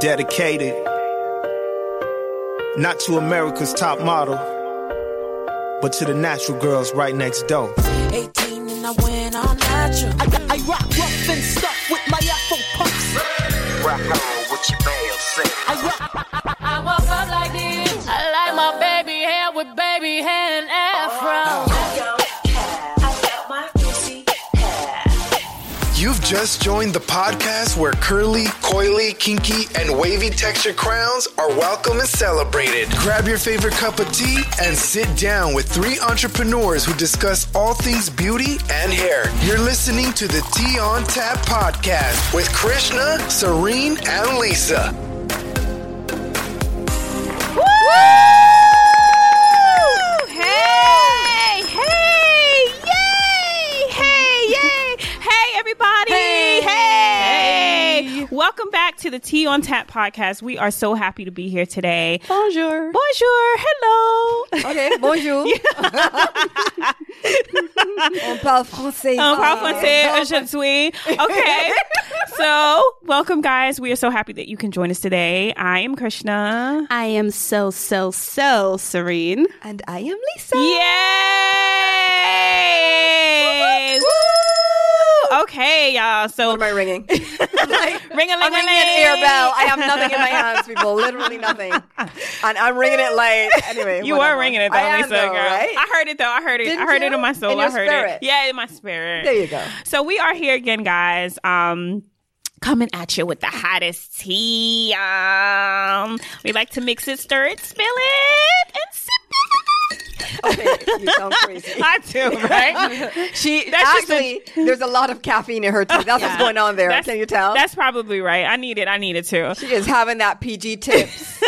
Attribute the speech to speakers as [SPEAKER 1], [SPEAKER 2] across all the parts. [SPEAKER 1] Dedicated. Not to America's top model, but to the natural girls right next door.
[SPEAKER 2] 18 and I went all natural.
[SPEAKER 3] I, I rock rough and stuff with my afro pumps.
[SPEAKER 4] Rock on with your male self.
[SPEAKER 3] I rock,
[SPEAKER 5] I woke up like this. I like my baby hair with baby hair and afro.
[SPEAKER 6] You've just joined the podcast where curly, coily, kinky, and wavy texture crowns are welcome and celebrated. Grab your favorite cup of tea and sit down with three entrepreneurs who discuss all things beauty and hair. You're listening to the Tea on Tap podcast with Krishna, Serene, and Lisa.
[SPEAKER 7] Woo! Hey! Hey! Yay! Hey! Yay! Hey, everybody! Hey! Welcome back to the Tea on Tap podcast. We are so happy to be here today. Um,
[SPEAKER 8] Bonjour.
[SPEAKER 7] Bonjour. Hello.
[SPEAKER 8] Ok, bonjour. On parle français. Ah.
[SPEAKER 7] Um, parle français, aujourd'hui. Okay. so, welcome, guys. We are so happy that you can join us today. I am Krishna.
[SPEAKER 8] I am so, so, so serene. And I am Lisa.
[SPEAKER 7] Yay! Woo! Okay, y'all. So,
[SPEAKER 8] Am I ringing?
[SPEAKER 7] ring a
[SPEAKER 8] I'm
[SPEAKER 7] ling
[SPEAKER 8] ringing an ear bell. I have nothing in my hands, people. Literally nothing. And I'm ringing it late. Anyway,
[SPEAKER 7] You
[SPEAKER 8] whatever.
[SPEAKER 7] were ringing it though,
[SPEAKER 8] I am
[SPEAKER 7] Lisa.
[SPEAKER 8] though,
[SPEAKER 7] girl. Ah.
[SPEAKER 8] right?
[SPEAKER 7] I heard it though. I heard it. I
[SPEAKER 8] Didn't
[SPEAKER 7] heard it
[SPEAKER 8] you?
[SPEAKER 7] in my soul.
[SPEAKER 8] In
[SPEAKER 7] I
[SPEAKER 8] your
[SPEAKER 7] heard
[SPEAKER 8] spirit.
[SPEAKER 7] it. Yeah, in my spirit.
[SPEAKER 8] There you go.
[SPEAKER 7] So we are here again, guys. Um, coming at you with the hottest tea. Um, we like to mix it, stir it, spill it, and sip it.
[SPEAKER 8] Okay, you sound crazy.
[SPEAKER 7] I do, right?
[SPEAKER 8] She
[SPEAKER 7] That's just
[SPEAKER 8] actually, there's a lot of caffeine in her tea. That's what's going on there.
[SPEAKER 7] That's-
[SPEAKER 8] Can you tell?
[SPEAKER 7] That's probably right. I need it. I need it too.
[SPEAKER 8] she is having that PG tips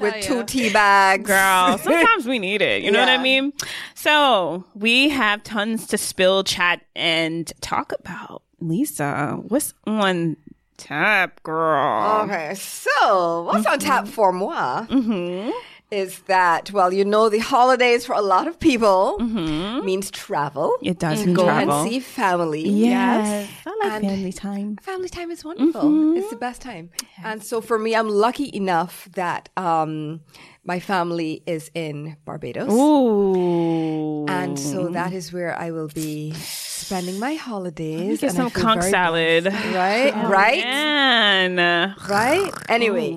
[SPEAKER 8] with two tea bags.
[SPEAKER 7] Girl, sometimes we need it. You know what I
[SPEAKER 8] Yeah.
[SPEAKER 7] mean? So we have tons to spill, chat, and talk about. Lisa, what's on tap, girl?
[SPEAKER 8] Okay, so what's on tap
[SPEAKER 7] Mm-hmm.
[SPEAKER 8] for moi is that, well, you know, the holidays for a lot of people means travel.
[SPEAKER 7] Mm-hmm. It does
[SPEAKER 8] Go
[SPEAKER 7] travel.
[SPEAKER 8] and see family.
[SPEAKER 7] Yes. Mm-hmm. I like
[SPEAKER 8] And-
[SPEAKER 7] family time.
[SPEAKER 8] Family time is wonderful. It's the best time. And so for me, I'm lucky enough that um, my family is in Barbados.
[SPEAKER 7] Ooh.
[SPEAKER 8] And so that is where I will be spending my holidays.
[SPEAKER 7] get
[SPEAKER 8] and I
[SPEAKER 7] some
[SPEAKER 8] feel
[SPEAKER 7] conch
[SPEAKER 8] very-
[SPEAKER 7] salad. Oh,
[SPEAKER 8] Right? right?
[SPEAKER 7] Man.
[SPEAKER 8] right? Anyway,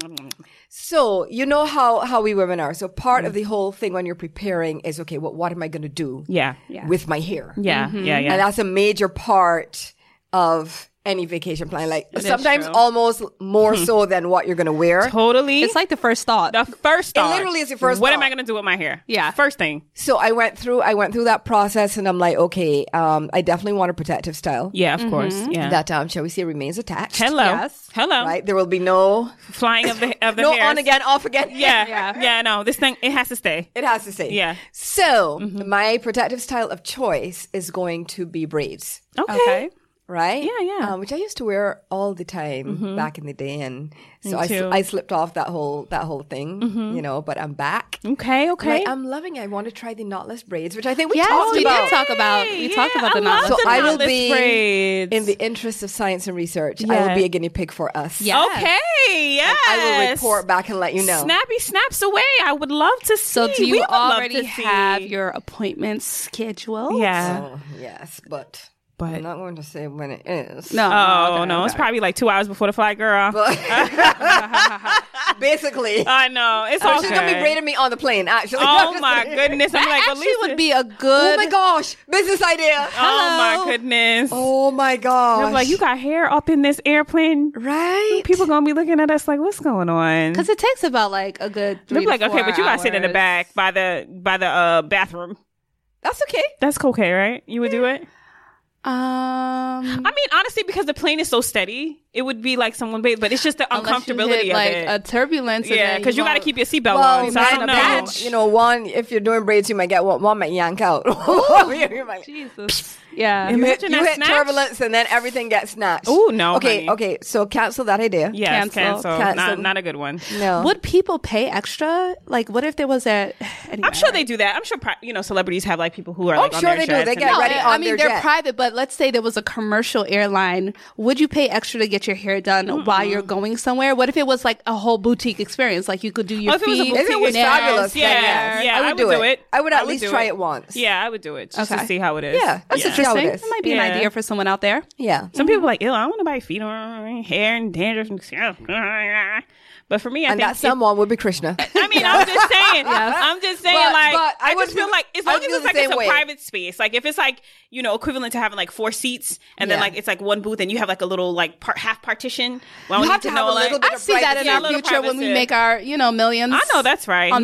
[SPEAKER 8] so you know how how we women are. So part
[SPEAKER 7] Mm.
[SPEAKER 8] of the whole thing when you're preparing is okay. What what am I going to do?
[SPEAKER 7] Yeah. Mm-hmm.
[SPEAKER 8] with my hair.
[SPEAKER 7] Yeah. Yeah. Yeah.
[SPEAKER 8] and that's a major part of any vacation plan. Like
[SPEAKER 7] is
[SPEAKER 8] sometimes
[SPEAKER 7] true.
[SPEAKER 8] almost more so than what you're going to wear.
[SPEAKER 7] totally.
[SPEAKER 9] It's like the first thought.
[SPEAKER 7] the first thought.
[SPEAKER 8] literally is the first
[SPEAKER 7] What am
[SPEAKER 8] thought.
[SPEAKER 7] I going to do with my hair?
[SPEAKER 9] Yeah.
[SPEAKER 7] First thing.
[SPEAKER 8] So I went through I went through that process, and I'm like, okay, um, I definitely want a protective style
[SPEAKER 7] Yeah, of course. Yeah.
[SPEAKER 8] that um, shall we say remains attached.
[SPEAKER 7] Hello.
[SPEAKER 9] Yes.
[SPEAKER 7] Hello.
[SPEAKER 8] Right, there will be no
[SPEAKER 7] Flying of the of the
[SPEAKER 8] no
[SPEAKER 7] hairs.
[SPEAKER 8] on again, off again.
[SPEAKER 7] Yeah. yeah. no. This thing it has to stay.
[SPEAKER 8] It has to say.
[SPEAKER 7] Yeah. Mm-hmm.
[SPEAKER 8] So my protective style of choice is going to be braids,
[SPEAKER 7] Okay.
[SPEAKER 8] right?
[SPEAKER 7] Yeah, yeah. Mm-hmm.
[SPEAKER 8] Um, which I used to wear all the time back in the day, and so I,
[SPEAKER 7] too. Mm-hmm.
[SPEAKER 8] sl- I slipped off that whole that whole thing, you know. But I'm back.
[SPEAKER 7] Okay, okay.
[SPEAKER 8] Like, I'm loving. it. I want to try the knotless braids, which I think we
[SPEAKER 9] Yes,
[SPEAKER 8] talked
[SPEAKER 9] we
[SPEAKER 8] about.
[SPEAKER 9] did talk about. We talked about
[SPEAKER 7] I
[SPEAKER 9] the
[SPEAKER 7] love
[SPEAKER 9] novel.
[SPEAKER 8] So
[SPEAKER 7] the
[SPEAKER 8] I will
[SPEAKER 7] knotless
[SPEAKER 8] be
[SPEAKER 7] braids.
[SPEAKER 8] In the interest of science and research, I will be
[SPEAKER 7] Yeah.
[SPEAKER 8] a guinea pig for us.
[SPEAKER 9] Yeah.
[SPEAKER 7] Okay, yes.
[SPEAKER 8] I will report back and let you know.
[SPEAKER 7] Snappy snaps away. I would love to see.
[SPEAKER 9] So do
[SPEAKER 7] We
[SPEAKER 9] you
[SPEAKER 7] would love
[SPEAKER 9] already
[SPEAKER 7] to see.
[SPEAKER 9] have your appointments scheduled?
[SPEAKER 7] Yeah.
[SPEAKER 8] Oh, yes, but
[SPEAKER 7] But
[SPEAKER 8] I'm not going to say when it is.
[SPEAKER 9] No.
[SPEAKER 7] oh
[SPEAKER 9] okay,
[SPEAKER 7] no, it's
[SPEAKER 9] okay.
[SPEAKER 7] probably like two hours before the flight, girl.
[SPEAKER 8] Basically,
[SPEAKER 7] I know. It's all
[SPEAKER 8] she's gonna be
[SPEAKER 7] good.
[SPEAKER 8] braiding me on the plane. Actually,
[SPEAKER 7] Oh my goodness! I'm like,
[SPEAKER 9] That
[SPEAKER 7] well,
[SPEAKER 9] actually
[SPEAKER 7] Lisa-
[SPEAKER 9] would be a
[SPEAKER 8] Oh
[SPEAKER 9] good.
[SPEAKER 8] my gosh, business idea.
[SPEAKER 7] Oh my goodness!
[SPEAKER 8] Oh my gosh.
[SPEAKER 7] I'm like, you got hair up in this airplane.
[SPEAKER 8] right.
[SPEAKER 7] People gonna be looking at us like, what's going on?
[SPEAKER 9] Because it takes about like a good. Three
[SPEAKER 7] Look like
[SPEAKER 9] to
[SPEAKER 7] okay,
[SPEAKER 9] four
[SPEAKER 7] but you gotta sit in the
[SPEAKER 9] hours.
[SPEAKER 7] back by the by the uh bathroom.
[SPEAKER 8] That's okay.
[SPEAKER 7] That's okay, right? You would do it.
[SPEAKER 9] Um,
[SPEAKER 7] I mean, honestly, because the plane is so steady, it would be like someone bathed, but it's just the
[SPEAKER 9] unless you
[SPEAKER 7] uncomfortability
[SPEAKER 9] hit, like
[SPEAKER 7] of it.
[SPEAKER 9] a turbulence. and
[SPEAKER 7] yeah,
[SPEAKER 9] then
[SPEAKER 7] because you, got to
[SPEAKER 9] won't-
[SPEAKER 7] keep your seatbelt
[SPEAKER 8] Well,
[SPEAKER 7] on. So I
[SPEAKER 8] man,
[SPEAKER 7] don't know.
[SPEAKER 8] you know, one if you're doing braids, you might get one, one might yank out. You might-
[SPEAKER 9] Jesus. Yeah.
[SPEAKER 8] you hit,
[SPEAKER 7] Imagine
[SPEAKER 8] you
[SPEAKER 7] that
[SPEAKER 8] hit
[SPEAKER 7] snatch.
[SPEAKER 8] turbulence and then everything gets snatched.
[SPEAKER 7] Ooh, no,
[SPEAKER 8] Okay,
[SPEAKER 7] honey.
[SPEAKER 8] okay. So cancel that idea.
[SPEAKER 7] Yes, cancel.
[SPEAKER 9] Cancel.
[SPEAKER 7] Not,
[SPEAKER 8] Cancel.
[SPEAKER 7] not a good one.
[SPEAKER 8] No.
[SPEAKER 9] Would people pay extra? Like, what if there was a? Anyway,
[SPEAKER 7] I'm sure they do that. I'm sure pri- you know celebrities have like people who are.
[SPEAKER 8] Oh,
[SPEAKER 7] like,
[SPEAKER 8] I'm
[SPEAKER 7] on
[SPEAKER 8] sure
[SPEAKER 7] their
[SPEAKER 8] they do.
[SPEAKER 7] jets
[SPEAKER 8] They
[SPEAKER 7] and
[SPEAKER 8] get
[SPEAKER 7] all
[SPEAKER 8] ready
[SPEAKER 7] that.
[SPEAKER 8] on
[SPEAKER 9] I mean,
[SPEAKER 8] their
[SPEAKER 9] they're
[SPEAKER 8] jet.
[SPEAKER 9] private, but but let's say there was a commercial airline. Would you pay extra to get your hair done while you're going somewhere? What if it was like a whole boutique experience? Like you could do your
[SPEAKER 7] Oh, if it was a
[SPEAKER 9] feet.
[SPEAKER 8] If it was
[SPEAKER 7] Yes,
[SPEAKER 8] fabulous,
[SPEAKER 7] yeah,
[SPEAKER 8] then yes.
[SPEAKER 7] yeah, I would do it.
[SPEAKER 8] I would at
[SPEAKER 7] I would
[SPEAKER 8] least
[SPEAKER 7] do
[SPEAKER 8] try
[SPEAKER 7] it.
[SPEAKER 8] it. once.
[SPEAKER 7] Yeah, I would do it just
[SPEAKER 9] Okay.
[SPEAKER 7] to see how it is.
[SPEAKER 8] Yeah, that's
[SPEAKER 9] interesting.
[SPEAKER 8] Yeah.
[SPEAKER 9] It might be
[SPEAKER 7] Yeah.
[SPEAKER 9] an idea for someone out there.
[SPEAKER 8] Yeah.
[SPEAKER 7] Some people are like, ew, I want to buy feet or hair and dandruff. and- But for me, I
[SPEAKER 8] And
[SPEAKER 7] think
[SPEAKER 8] that someone would be Krishna.
[SPEAKER 7] I mean, I'm just saying. I'm just saying,
[SPEAKER 8] But-
[SPEAKER 7] like,
[SPEAKER 8] but
[SPEAKER 7] I,
[SPEAKER 8] I
[SPEAKER 7] just
[SPEAKER 8] would
[SPEAKER 7] feel
[SPEAKER 8] feel-
[SPEAKER 7] like as
[SPEAKER 8] I
[SPEAKER 7] long
[SPEAKER 8] would
[SPEAKER 7] as
[SPEAKER 8] feel
[SPEAKER 7] it's
[SPEAKER 8] the
[SPEAKER 7] like it's
[SPEAKER 8] same
[SPEAKER 7] a
[SPEAKER 8] way.
[SPEAKER 7] private space, like if it's like you know equivalent to having like four seats and then
[SPEAKER 8] Yeah.
[SPEAKER 7] like it's like one booth and you have like a little like part, half partition. Well, I
[SPEAKER 8] You
[SPEAKER 7] don't
[SPEAKER 8] have
[SPEAKER 7] need
[SPEAKER 8] to have
[SPEAKER 7] know,
[SPEAKER 8] a little
[SPEAKER 7] like-
[SPEAKER 8] bit
[SPEAKER 9] I
[SPEAKER 8] of
[SPEAKER 9] see that in
[SPEAKER 8] privacy.
[SPEAKER 7] Yeah,
[SPEAKER 9] our
[SPEAKER 7] a little
[SPEAKER 9] future when we
[SPEAKER 7] privacy.
[SPEAKER 9] make our, you know, millions.
[SPEAKER 7] I know that's right.
[SPEAKER 9] On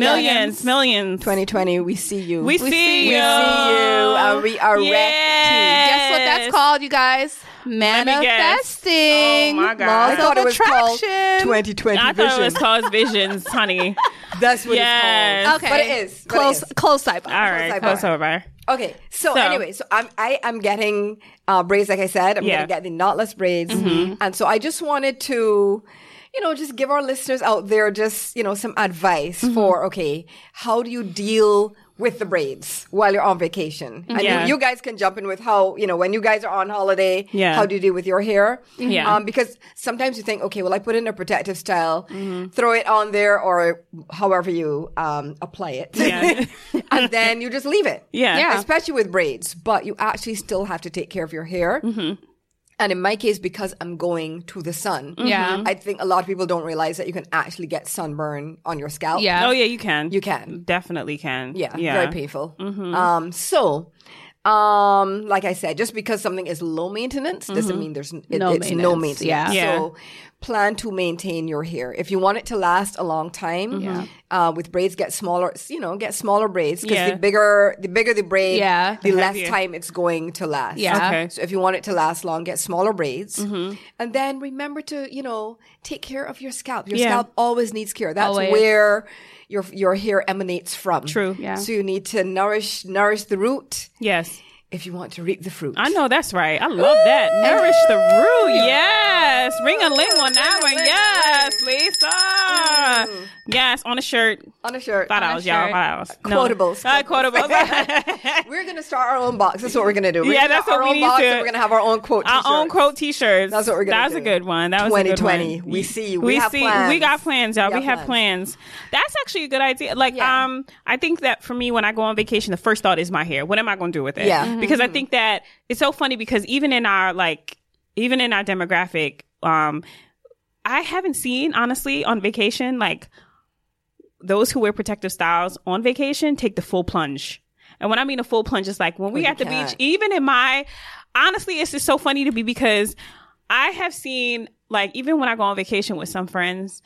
[SPEAKER 9] millions.
[SPEAKER 7] Millions, millions.
[SPEAKER 8] 2020, we see you.
[SPEAKER 7] We, see, you.
[SPEAKER 8] We see you. Uh, we are
[SPEAKER 7] yes.
[SPEAKER 9] Guess what that's called, you guys?
[SPEAKER 7] me guess.
[SPEAKER 9] Manifesting.
[SPEAKER 7] Oh, my God.
[SPEAKER 9] Laws
[SPEAKER 8] I thought
[SPEAKER 9] of
[SPEAKER 8] it was called
[SPEAKER 9] attraction.
[SPEAKER 8] 2020
[SPEAKER 7] I
[SPEAKER 8] vision.
[SPEAKER 7] thought it was called visions, honey.
[SPEAKER 8] That's what
[SPEAKER 7] Yes.
[SPEAKER 8] it's called.
[SPEAKER 9] Okay.
[SPEAKER 8] But it is. But it
[SPEAKER 9] Close,
[SPEAKER 8] is.
[SPEAKER 9] close side. by.
[SPEAKER 7] All right,
[SPEAKER 8] sidebar.
[SPEAKER 7] that's over.
[SPEAKER 8] Okay, so,
[SPEAKER 7] So-
[SPEAKER 8] anyway, so I'm I am getting uh, braids, like I said. I'm
[SPEAKER 7] Yeah. Mm-hmm.
[SPEAKER 8] gonna get the knotless braids, and so I just wanted to, you know, just give our listeners out there just you know some advice
[SPEAKER 7] Mm-hmm.
[SPEAKER 8] for okay, how do you deal with the braids while you're on vacation? And
[SPEAKER 7] Yeah.
[SPEAKER 8] you, you guys can jump in with how you know when you guys are on holiday.
[SPEAKER 7] Yeah.
[SPEAKER 8] how do you deal with your hair?
[SPEAKER 7] Yeah.
[SPEAKER 8] um, because sometimes you think, okay, well, I put in a protective style,
[SPEAKER 7] Mm-hmm.
[SPEAKER 8] throw it on there, or however you um, apply it,
[SPEAKER 7] Yeah.
[SPEAKER 8] and then you just leave it
[SPEAKER 7] Yeah.
[SPEAKER 9] Yeah.
[SPEAKER 8] especially with braids, but you actually still have to take care of your hair.
[SPEAKER 9] Mm-hmm.
[SPEAKER 8] And in my case, because I'm going to the sun,
[SPEAKER 9] Yeah.
[SPEAKER 8] I think a lot of people don't realize that you can actually get sunburn on your scalp.
[SPEAKER 9] Yeah.
[SPEAKER 7] Oh yeah, you can.
[SPEAKER 8] You can.
[SPEAKER 7] Definitely can. yeah.
[SPEAKER 8] yeah,
[SPEAKER 7] Mm-hmm.
[SPEAKER 8] very painful. Um, so, um, like I said, just because something is low maintenance doesn't mean there's n- it-
[SPEAKER 9] No
[SPEAKER 8] it's no
[SPEAKER 9] maintenance,
[SPEAKER 8] maintenance.
[SPEAKER 9] yeah.
[SPEAKER 7] Mm-hmm. Yeah.
[SPEAKER 8] So, plan to maintain your hair if you want it to last a long
[SPEAKER 7] Mm-hmm.
[SPEAKER 8] time. Uh, with braids, get smaller. You know, get smaller braids because
[SPEAKER 7] Yeah.
[SPEAKER 8] the bigger, the bigger the braid,
[SPEAKER 9] Yeah.
[SPEAKER 8] the less
[SPEAKER 7] heavier.
[SPEAKER 8] time it's going to last.
[SPEAKER 9] Yeah.
[SPEAKER 7] Okay. Mm-hmm.
[SPEAKER 8] So if you want it to last long, get smaller braids, and then remember to you know take care of your scalp. Your
[SPEAKER 7] Yeah.
[SPEAKER 8] scalp always needs care. That's
[SPEAKER 9] Always.
[SPEAKER 8] where your your hair emanates from.
[SPEAKER 7] True.
[SPEAKER 9] Yeah.
[SPEAKER 8] So you need to nourish nourish the root
[SPEAKER 7] Yes.
[SPEAKER 8] if you want to reap the fruit.
[SPEAKER 7] I know that's right. I love that. Nourish the root. Yes. Ring a ling on that one. Yes, Lisa. Yes, on a shirt.
[SPEAKER 8] On a shirt.
[SPEAKER 7] Five dollars, y'all.
[SPEAKER 9] shirt.
[SPEAKER 7] Five dollars.
[SPEAKER 8] Quotables,
[SPEAKER 7] Uh, quotables.
[SPEAKER 8] We're gonna start our own box. That's what we're gonna do. We're
[SPEAKER 7] Yeah,
[SPEAKER 8] gonna
[SPEAKER 7] that's
[SPEAKER 8] start
[SPEAKER 7] what
[SPEAKER 8] our
[SPEAKER 7] we
[SPEAKER 8] own
[SPEAKER 7] need
[SPEAKER 8] box
[SPEAKER 7] to-
[SPEAKER 8] and we're gonna have our own quote.
[SPEAKER 7] Our own
[SPEAKER 8] t-shirts.
[SPEAKER 7] quote T-shirts.
[SPEAKER 8] That's what we're gonna
[SPEAKER 7] That was a
[SPEAKER 8] do.
[SPEAKER 7] good one. That was a good
[SPEAKER 8] 2020.
[SPEAKER 7] one.
[SPEAKER 8] We see you.
[SPEAKER 7] We,
[SPEAKER 8] We have
[SPEAKER 7] see.
[SPEAKER 8] plans.
[SPEAKER 7] We got plans, y'all.
[SPEAKER 8] We
[SPEAKER 7] We,
[SPEAKER 8] have
[SPEAKER 7] have plans. That's actually a good idea. Like,
[SPEAKER 8] Yeah.
[SPEAKER 7] um, I think that for me, when I go on vacation, the first thought is my hair. What am I going to do with it?
[SPEAKER 8] Yeah. Mhm.
[SPEAKER 7] Because I think that it's so funny because even in our like, even in our demographic, um, I haven't seen honestly on vacation like those who wear protective styles on vacation take the full plunge. And when I mean a full plunge, it's like when we
[SPEAKER 8] you
[SPEAKER 7] at the
[SPEAKER 8] can't.
[SPEAKER 7] beach, even in my honestly, it's just so funny to me because I have seen like even when I go on vacation with some friends,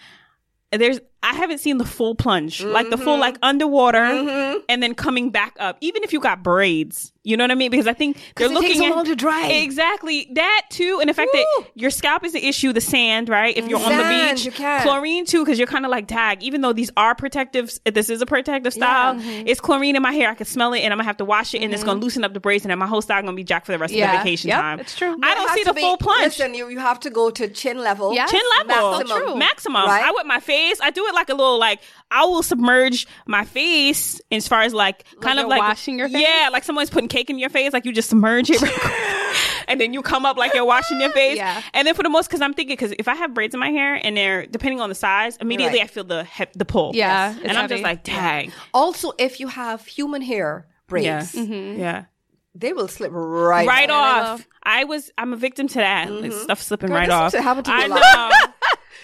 [SPEAKER 7] there's I haven't seen the full plunge, like the
[SPEAKER 8] Mm-hmm.
[SPEAKER 7] full like underwater and then coming back up. Even if you got braids, you know what I mean? Because I think they're
[SPEAKER 8] it
[SPEAKER 7] looking
[SPEAKER 8] takes so
[SPEAKER 7] at-
[SPEAKER 8] long to dry.
[SPEAKER 7] Exactly that too, and the fact
[SPEAKER 8] Woo.
[SPEAKER 7] that your scalp is the issue, the sand, right? If you're on the
[SPEAKER 8] Sand,
[SPEAKER 7] beach,
[SPEAKER 8] you can't.
[SPEAKER 7] chlorine too, because you're kind of like dag. Even though these are protective, this is a protective style.
[SPEAKER 9] Mm-hmm.
[SPEAKER 7] It's chlorine in my hair. I can smell it, and I'm gonna have to wash it, and it's gonna loosen up the braids, and then my whole style gonna be jacked for the rest of the
[SPEAKER 9] Yeah.
[SPEAKER 7] vacation
[SPEAKER 9] Yep,
[SPEAKER 7] time.
[SPEAKER 9] it's true.
[SPEAKER 7] I
[SPEAKER 8] It
[SPEAKER 7] don't
[SPEAKER 8] has
[SPEAKER 7] see
[SPEAKER 8] to
[SPEAKER 7] the
[SPEAKER 8] be-
[SPEAKER 7] full plunge.
[SPEAKER 8] Listen, you, you have to go to chin level.
[SPEAKER 9] Yes.
[SPEAKER 7] Chin level,
[SPEAKER 9] Maximum.
[SPEAKER 7] maximum.
[SPEAKER 9] True.
[SPEAKER 8] Right?
[SPEAKER 7] I would my face. I do it like a little like I will submerge my face as far as like kind of
[SPEAKER 9] you're
[SPEAKER 7] like
[SPEAKER 9] washing your face?
[SPEAKER 7] Yeah, like someone's putting cake in your face. Like you just submerge it, and then you come up like you're washing your face.
[SPEAKER 9] Yeah.
[SPEAKER 7] And then for the most, because I'm thinking, because if I have braids in my hair and they're depending on the size, immediately
[SPEAKER 8] Right.
[SPEAKER 7] I feel the he- the pull.
[SPEAKER 9] Yeah,
[SPEAKER 7] and
[SPEAKER 9] it's
[SPEAKER 7] I'm
[SPEAKER 9] heavy.
[SPEAKER 7] just like, dang.
[SPEAKER 8] Also, if you have human hair
[SPEAKER 7] Yeah,
[SPEAKER 8] braids,
[SPEAKER 7] yeah.
[SPEAKER 8] Mm-hmm. they will slip right
[SPEAKER 7] right
[SPEAKER 8] off.
[SPEAKER 7] off. I was. I'm a victim to that. Like, stuff slipping
[SPEAKER 8] Mm-hmm. Girl,
[SPEAKER 7] right off.
[SPEAKER 8] this used to happen to me
[SPEAKER 7] I
[SPEAKER 8] a lot.
[SPEAKER 7] know.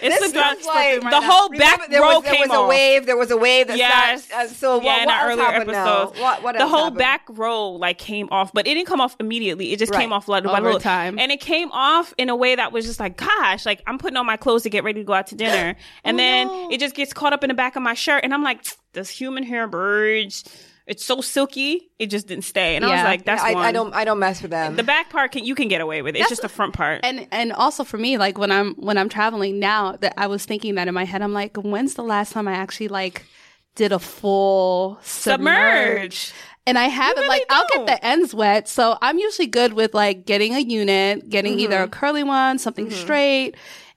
[SPEAKER 7] It's
[SPEAKER 8] This
[SPEAKER 7] the,
[SPEAKER 8] is like-
[SPEAKER 7] the whole
[SPEAKER 8] Remember,
[SPEAKER 7] back
[SPEAKER 8] there
[SPEAKER 7] row
[SPEAKER 8] was, there
[SPEAKER 7] came
[SPEAKER 8] was a
[SPEAKER 7] off.
[SPEAKER 8] wave. There was a wave. That
[SPEAKER 7] Yes.
[SPEAKER 8] started- uh, so what,
[SPEAKER 7] yeah, in
[SPEAKER 8] what
[SPEAKER 7] our
[SPEAKER 8] else
[SPEAKER 7] earlier
[SPEAKER 8] happened
[SPEAKER 7] episodes,
[SPEAKER 8] now? What, what
[SPEAKER 7] the
[SPEAKER 8] else
[SPEAKER 7] whole
[SPEAKER 8] happened?
[SPEAKER 7] back row like came off, but it didn't come off immediately. It just
[SPEAKER 8] Right.
[SPEAKER 7] came off little by
[SPEAKER 9] Over
[SPEAKER 7] little
[SPEAKER 9] time.
[SPEAKER 7] and it came off in a way that was just like, gosh, like I'm putting on my clothes to get ready to go out to dinner, and
[SPEAKER 8] Oh,
[SPEAKER 7] then it just gets caught up in the back of my shirt, and I'm like, this human hair braids, it's so silky, it just didn't stay, and I was
[SPEAKER 9] Yeah.
[SPEAKER 7] like, that's
[SPEAKER 8] I,
[SPEAKER 7] one.
[SPEAKER 8] I don't. I don't mess with them.
[SPEAKER 7] The back part can you can get away with. It. It's just the front part.
[SPEAKER 9] and and also for me like when i'm when i'm traveling now that i was thinking that in my head i'm like when's the last time i actually like did a full submerge,
[SPEAKER 7] Submerge.
[SPEAKER 9] and i haven't
[SPEAKER 7] really
[SPEAKER 9] like i'll
[SPEAKER 7] don't.
[SPEAKER 9] get the ends wet
[SPEAKER 7] Mm-hmm.
[SPEAKER 9] so i'm usually good with like getting a unit getting either a curly one something straight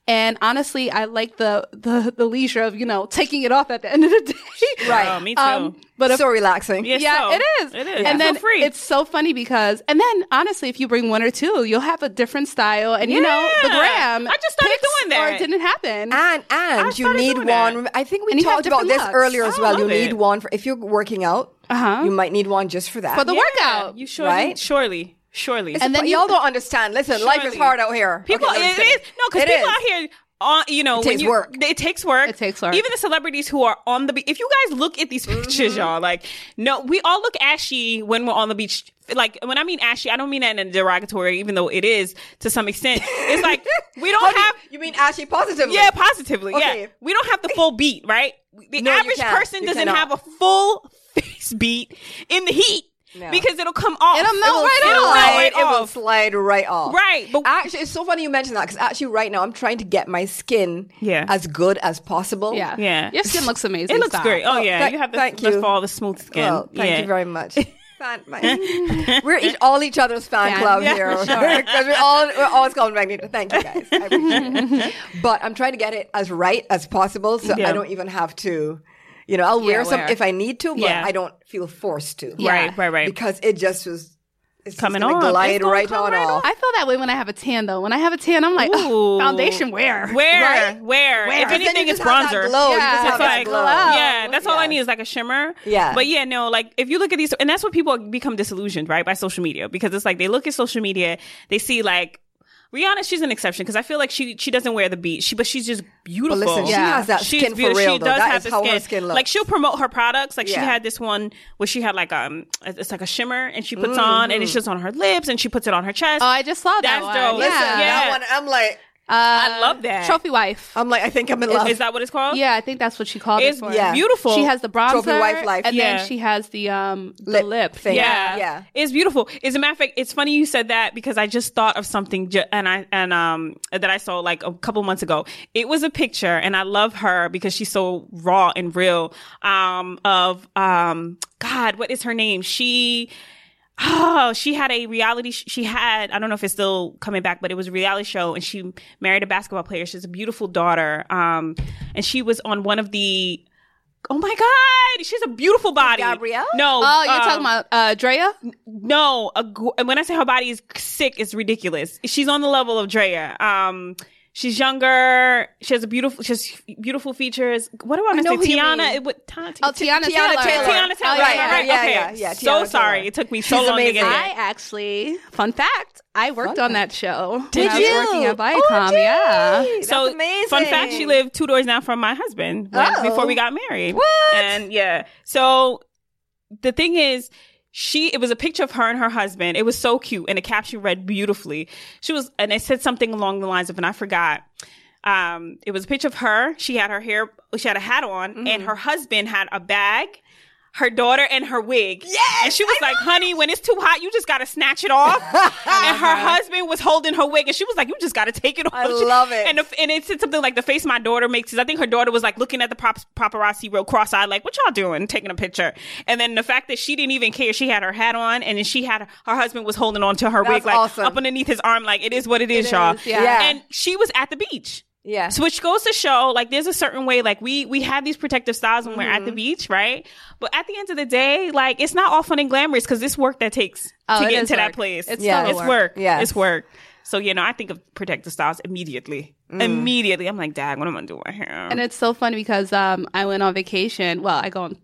[SPEAKER 9] And honestly, I like the the the leisure of you know taking it off at the end of the day. Um,
[SPEAKER 8] Right.
[SPEAKER 7] Oh, me too.
[SPEAKER 8] Um,
[SPEAKER 9] but
[SPEAKER 8] so relaxing.
[SPEAKER 7] Yeah.
[SPEAKER 9] yeah,
[SPEAKER 7] so.
[SPEAKER 9] it is.
[SPEAKER 7] It is.
[SPEAKER 9] And
[SPEAKER 7] It's so
[SPEAKER 9] then
[SPEAKER 7] free.
[SPEAKER 9] it's so funny because, and then honestly, if you bring one or two, you'll have a different style. And you know, the
[SPEAKER 7] Yeah.
[SPEAKER 9] gram.
[SPEAKER 7] I just started
[SPEAKER 9] picks
[SPEAKER 7] doing that.
[SPEAKER 9] Or it didn't happen.
[SPEAKER 8] And and you
[SPEAKER 7] started
[SPEAKER 8] need
[SPEAKER 7] doing that.
[SPEAKER 8] one. I think we
[SPEAKER 9] And you have
[SPEAKER 8] talked about
[SPEAKER 9] different
[SPEAKER 8] this
[SPEAKER 9] looks.
[SPEAKER 8] earlier as
[SPEAKER 7] I
[SPEAKER 8] well. You
[SPEAKER 7] love
[SPEAKER 8] need
[SPEAKER 7] it.
[SPEAKER 8] one for if you're working out.
[SPEAKER 9] Uh-huh.
[SPEAKER 8] You might need one just for that.
[SPEAKER 9] For the
[SPEAKER 7] Yeah,
[SPEAKER 9] workout.
[SPEAKER 7] You surely,
[SPEAKER 8] right?
[SPEAKER 7] surely, surely.
[SPEAKER 8] and
[SPEAKER 9] and
[SPEAKER 8] then
[SPEAKER 9] then
[SPEAKER 8] y'all
[SPEAKER 9] you-
[SPEAKER 8] don't understand. Listen, life is
[SPEAKER 7] Surely.
[SPEAKER 8] hard out here.
[SPEAKER 7] People,
[SPEAKER 8] Okay, no, I'm
[SPEAKER 7] it
[SPEAKER 8] just kidding.
[SPEAKER 7] is no, because
[SPEAKER 8] It
[SPEAKER 7] people
[SPEAKER 8] is.
[SPEAKER 7] out here. On, you know,
[SPEAKER 8] It
[SPEAKER 7] when
[SPEAKER 8] takes
[SPEAKER 7] you-
[SPEAKER 8] work.
[SPEAKER 7] It takes work.
[SPEAKER 9] It takes work.
[SPEAKER 7] Even the celebrities who are on the beach. If you guys look at these
[SPEAKER 8] Mm-hmm.
[SPEAKER 7] pictures, y'all, like, no, we all look ashy when we're on the beach. Like, when I mean ashy, I don't mean that in a derogatory, even though it is to some extent. It's like, we
[SPEAKER 8] How
[SPEAKER 7] don't
[SPEAKER 8] do you-
[SPEAKER 7] have,
[SPEAKER 8] You mean actually positively?
[SPEAKER 7] Yeah, positively.
[SPEAKER 8] Okay.
[SPEAKER 7] Yeah. We don't have the full beat, right? The
[SPEAKER 8] No, you
[SPEAKER 7] average
[SPEAKER 8] can't.
[SPEAKER 7] person
[SPEAKER 8] You
[SPEAKER 7] doesn't
[SPEAKER 8] cannot.
[SPEAKER 7] have a full face beat in the heat
[SPEAKER 8] No.
[SPEAKER 7] because it'll come off.
[SPEAKER 9] It'll
[SPEAKER 8] It
[SPEAKER 9] melt
[SPEAKER 8] will
[SPEAKER 9] right
[SPEAKER 7] it'll
[SPEAKER 9] off.
[SPEAKER 7] melt
[SPEAKER 8] slide,
[SPEAKER 7] right
[SPEAKER 8] it will
[SPEAKER 7] off.
[SPEAKER 8] slide right off.
[SPEAKER 7] Right, but-
[SPEAKER 8] actually, it's so funny you mentioned that because actually, right now, I'm trying to get my skin
[SPEAKER 7] Yeah.
[SPEAKER 8] as good as possible.
[SPEAKER 9] Yeah.
[SPEAKER 7] Yeah.
[SPEAKER 9] Your skin looks amazing.
[SPEAKER 7] It looks
[SPEAKER 9] Stop.
[SPEAKER 7] great. Oh, yeah.
[SPEAKER 8] thank-
[SPEAKER 7] you have the,
[SPEAKER 8] thank
[SPEAKER 7] the
[SPEAKER 8] you.
[SPEAKER 7] fall, the smooth skin.
[SPEAKER 8] Well, thank
[SPEAKER 7] yeah.
[SPEAKER 8] you very much. Fan- my- we're each, all each other's fan
[SPEAKER 9] Fan.
[SPEAKER 8] club
[SPEAKER 9] Yeah,
[SPEAKER 8] here
[SPEAKER 9] for
[SPEAKER 8] because we're all we're always complimenting. Thank you guys, I appreciate it. but I'm trying to get it as right as possible, so
[SPEAKER 7] Yeah.
[SPEAKER 8] I don't even have to. You know, I'll wear
[SPEAKER 9] Yeah,
[SPEAKER 8] some
[SPEAKER 9] wear.
[SPEAKER 8] if I need to, but
[SPEAKER 7] Yeah.
[SPEAKER 8] I don't feel forced to.
[SPEAKER 9] Yeah.
[SPEAKER 7] Right, right, right.
[SPEAKER 8] Because it just was it's
[SPEAKER 7] Coming
[SPEAKER 8] just gonna
[SPEAKER 7] off.
[SPEAKER 8] glide
[SPEAKER 7] It's gonna
[SPEAKER 8] right
[SPEAKER 7] come
[SPEAKER 8] on
[SPEAKER 7] right
[SPEAKER 8] off.
[SPEAKER 9] I feel that way when I have a tan though. When I have a tan, I'm like, "Ugh,
[SPEAKER 7] Ooh.
[SPEAKER 9] foundation where?
[SPEAKER 7] Where?
[SPEAKER 9] Right?
[SPEAKER 7] Where?
[SPEAKER 9] Where?
[SPEAKER 7] If
[SPEAKER 9] Because then
[SPEAKER 7] anything,
[SPEAKER 8] you
[SPEAKER 7] it's
[SPEAKER 8] just have that
[SPEAKER 7] bronzer.
[SPEAKER 8] glow. You
[SPEAKER 9] Yeah.
[SPEAKER 8] just have
[SPEAKER 7] It's
[SPEAKER 9] It's
[SPEAKER 8] that
[SPEAKER 7] like,
[SPEAKER 8] glow.
[SPEAKER 7] yeah, that's all I
[SPEAKER 8] Oh, Yes.
[SPEAKER 7] need is like a shimmer.
[SPEAKER 8] Yeah.
[SPEAKER 7] But yeah, no, like if you look at these, and that's what people become disillusioned, right, by social media because it's like they look at social media, they see like Rihanna, she's an exception because I feel like she she doesn't wear the beat, she but she's just beautiful.
[SPEAKER 8] But listen, she
[SPEAKER 9] Yeah.
[SPEAKER 8] has that
[SPEAKER 7] She's
[SPEAKER 8] skin for
[SPEAKER 7] beautiful.
[SPEAKER 8] real
[SPEAKER 7] She
[SPEAKER 8] though.
[SPEAKER 7] does
[SPEAKER 8] That
[SPEAKER 7] have
[SPEAKER 8] is
[SPEAKER 7] the
[SPEAKER 8] how
[SPEAKER 7] skin.
[SPEAKER 8] her skin looks.
[SPEAKER 7] Like she'll promote her products. Like she
[SPEAKER 8] Yeah.
[SPEAKER 7] had this one where she had like um, it's like a shimmer, and she
[SPEAKER 8] Mm-hmm.
[SPEAKER 7] puts on, and it's just on her lips, and she puts it on her chest.
[SPEAKER 9] Oh, I just saw that
[SPEAKER 7] That's
[SPEAKER 9] one.
[SPEAKER 7] dope.
[SPEAKER 9] Yeah.
[SPEAKER 8] Listen, that
[SPEAKER 7] Yeah.
[SPEAKER 8] one, I'm like,
[SPEAKER 9] I
[SPEAKER 7] love that.
[SPEAKER 9] Trophy wife.
[SPEAKER 8] I'm like, I think I'm in love.
[SPEAKER 7] Is that what it's called?
[SPEAKER 9] yeah, I think that's what she called
[SPEAKER 7] It's
[SPEAKER 9] it. For.
[SPEAKER 8] Yeah.
[SPEAKER 7] beautiful.
[SPEAKER 9] She has the bronzer,
[SPEAKER 8] Trophy wife life.
[SPEAKER 9] and
[SPEAKER 7] Yeah.
[SPEAKER 9] then she has the um the
[SPEAKER 8] Lip
[SPEAKER 9] lip,
[SPEAKER 8] thing.
[SPEAKER 7] Yeah.
[SPEAKER 8] Yeah.
[SPEAKER 7] It's beautiful. As a matter of fact, it's funny you said that because I just thought of something ju- and I and um that I saw like a couple months ago. It was a picture and I love her because she's so raw and real. Um of um God, what is her name? She Oh, she had a reality. Sh- she had I don't know if it's still coming back, but it was a reality show, and she married a basketball player. She has a beautiful daughter, um, and she was on one of the. Oh my God, she has a beautiful body.
[SPEAKER 8] Gabrielle?
[SPEAKER 7] No,
[SPEAKER 9] Oh, you're
[SPEAKER 7] um,
[SPEAKER 9] talking about uh, Drea?
[SPEAKER 7] no, a, gu- and when I say her body is sick, it's ridiculous. She's on the level of Drea. Um, she's younger. She has a beautiful, she has beautiful features. What do I
[SPEAKER 9] know
[SPEAKER 7] going to
[SPEAKER 9] who
[SPEAKER 7] say?
[SPEAKER 9] you
[SPEAKER 7] Tiana.
[SPEAKER 9] mean.
[SPEAKER 7] It would Tiana.
[SPEAKER 9] Oh, Tiana,
[SPEAKER 8] Tiana
[SPEAKER 9] Taylor.
[SPEAKER 7] Tiana
[SPEAKER 8] Taylor.
[SPEAKER 7] Taylor.
[SPEAKER 9] Oh,
[SPEAKER 8] Right,
[SPEAKER 9] yeah,
[SPEAKER 7] right,
[SPEAKER 8] yeah,
[SPEAKER 7] okay.
[SPEAKER 8] yeah, yeah,
[SPEAKER 7] so
[SPEAKER 8] Tiana
[SPEAKER 7] sorry,
[SPEAKER 8] Taylor.
[SPEAKER 7] it took me
[SPEAKER 8] She's
[SPEAKER 7] so long to
[SPEAKER 8] amazing.
[SPEAKER 7] get
[SPEAKER 9] I
[SPEAKER 7] here.
[SPEAKER 9] actually, fun fact, I worked on that show.
[SPEAKER 8] Did
[SPEAKER 9] when
[SPEAKER 8] you?
[SPEAKER 9] I was working at
[SPEAKER 7] Oh,
[SPEAKER 8] OMG.
[SPEAKER 9] Viacom. yeah.
[SPEAKER 8] Oh, That's
[SPEAKER 7] So
[SPEAKER 8] amazing.
[SPEAKER 7] fun fact: she lived two doors down from my husband when-
[SPEAKER 8] Oh.
[SPEAKER 7] before we got married.
[SPEAKER 8] What?
[SPEAKER 7] And yeah, so the thing is. She, it was a picture of her and her husband. It was so cute, and the caption read beautifully. She was, and it said something along the lines of, and I forgot. Um, it was a picture of her. She had her hair, she had a hat on,
[SPEAKER 8] Mm-hmm.
[SPEAKER 7] and her husband had a bag, her daughter, and her wig.
[SPEAKER 8] Yes,
[SPEAKER 7] and she was like, "Honey, when it's too hot, you just gotta snatch it off." and her husband was holding her wig, and she was like, "You just gotta take it off."
[SPEAKER 8] Uh-huh. I love it.
[SPEAKER 7] And the, and it said something like the face my daughter makes. Is I think her daughter was like looking at the pop, paparazzi real cross eyed, like, "What y'all doing?" Taking a picture. And then the fact that she didn't even care, she had her hat on, and then she had her husband was holding on to her
[SPEAKER 8] That's
[SPEAKER 7] wig, like
[SPEAKER 8] awesome.
[SPEAKER 7] up underneath his arm, like it is what it is, y'all.
[SPEAKER 9] is, yeah.
[SPEAKER 8] Yeah.
[SPEAKER 7] And she was at the beach.
[SPEAKER 8] Yeah.
[SPEAKER 7] So which goes to show, like, there's a certain way, like, we we have these protective styles when we're at
[SPEAKER 9] Mm-hmm.
[SPEAKER 7] the beach, right? But at the end of the day, like, it's not all fun and glamorous because this work that takes
[SPEAKER 9] Oh,
[SPEAKER 7] to
[SPEAKER 9] it
[SPEAKER 7] get
[SPEAKER 9] is
[SPEAKER 7] into that
[SPEAKER 9] work.
[SPEAKER 7] place.
[SPEAKER 9] It's
[SPEAKER 8] Yeah.
[SPEAKER 7] it's
[SPEAKER 8] total
[SPEAKER 9] work.
[SPEAKER 7] work.
[SPEAKER 8] Yes.
[SPEAKER 7] It's work. So, you know, I think of protective styles immediately. Immediately. I'm like, Dad, what am I going to do right here?
[SPEAKER 9] Mm. And it's so funny because um, I went on vacation. Well, I go on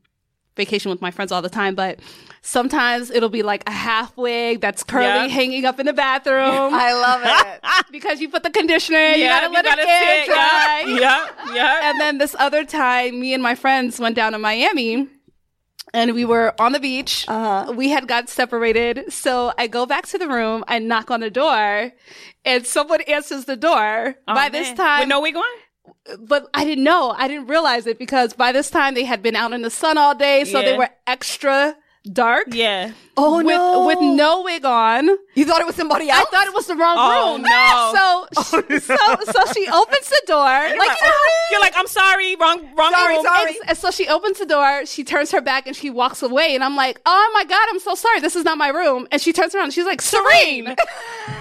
[SPEAKER 9] vacation with my friends all the time, but sometimes it'll be like a half wig that's curly
[SPEAKER 7] Yep.
[SPEAKER 9] hanging up in the bathroom.
[SPEAKER 8] I love it.
[SPEAKER 9] because you put the conditioner, in, you
[SPEAKER 7] Yeah,
[SPEAKER 9] gotta let it air
[SPEAKER 7] sit,
[SPEAKER 9] dry.
[SPEAKER 7] Yeah, yeah. yeah.
[SPEAKER 9] And then this other time, me and my friends went down to Miami. And we were on the beach.
[SPEAKER 8] Uh-huh.
[SPEAKER 9] We had got separated. So I go back to the room. I knock on the door, and someone answers the door.
[SPEAKER 7] Oh,
[SPEAKER 9] By
[SPEAKER 7] man.
[SPEAKER 9] this time,
[SPEAKER 7] With no wig on?
[SPEAKER 9] but I didn't know. I didn't realize it because by this time they had been out in the sun all day, so
[SPEAKER 7] Yeah.
[SPEAKER 9] they were extra dark.
[SPEAKER 7] Yeah.
[SPEAKER 8] Oh
[SPEAKER 9] with,
[SPEAKER 8] no!
[SPEAKER 9] with no wig on.
[SPEAKER 8] you thought it was somebody
[SPEAKER 9] I
[SPEAKER 8] else.
[SPEAKER 9] thought it was the wrong
[SPEAKER 7] Oh,
[SPEAKER 9] room.
[SPEAKER 7] no.
[SPEAKER 9] So, so so she opens the door. like, you know how-
[SPEAKER 7] You're like, I'm sorry, wrong, wrong
[SPEAKER 8] Sorry,
[SPEAKER 7] room.
[SPEAKER 8] sorry.
[SPEAKER 9] Ex- And so she opens the door, she turns her back, and she walks away. And I'm like, oh my God, I'm so sorry. This is not my room. And she turns around and she's like, Serene. and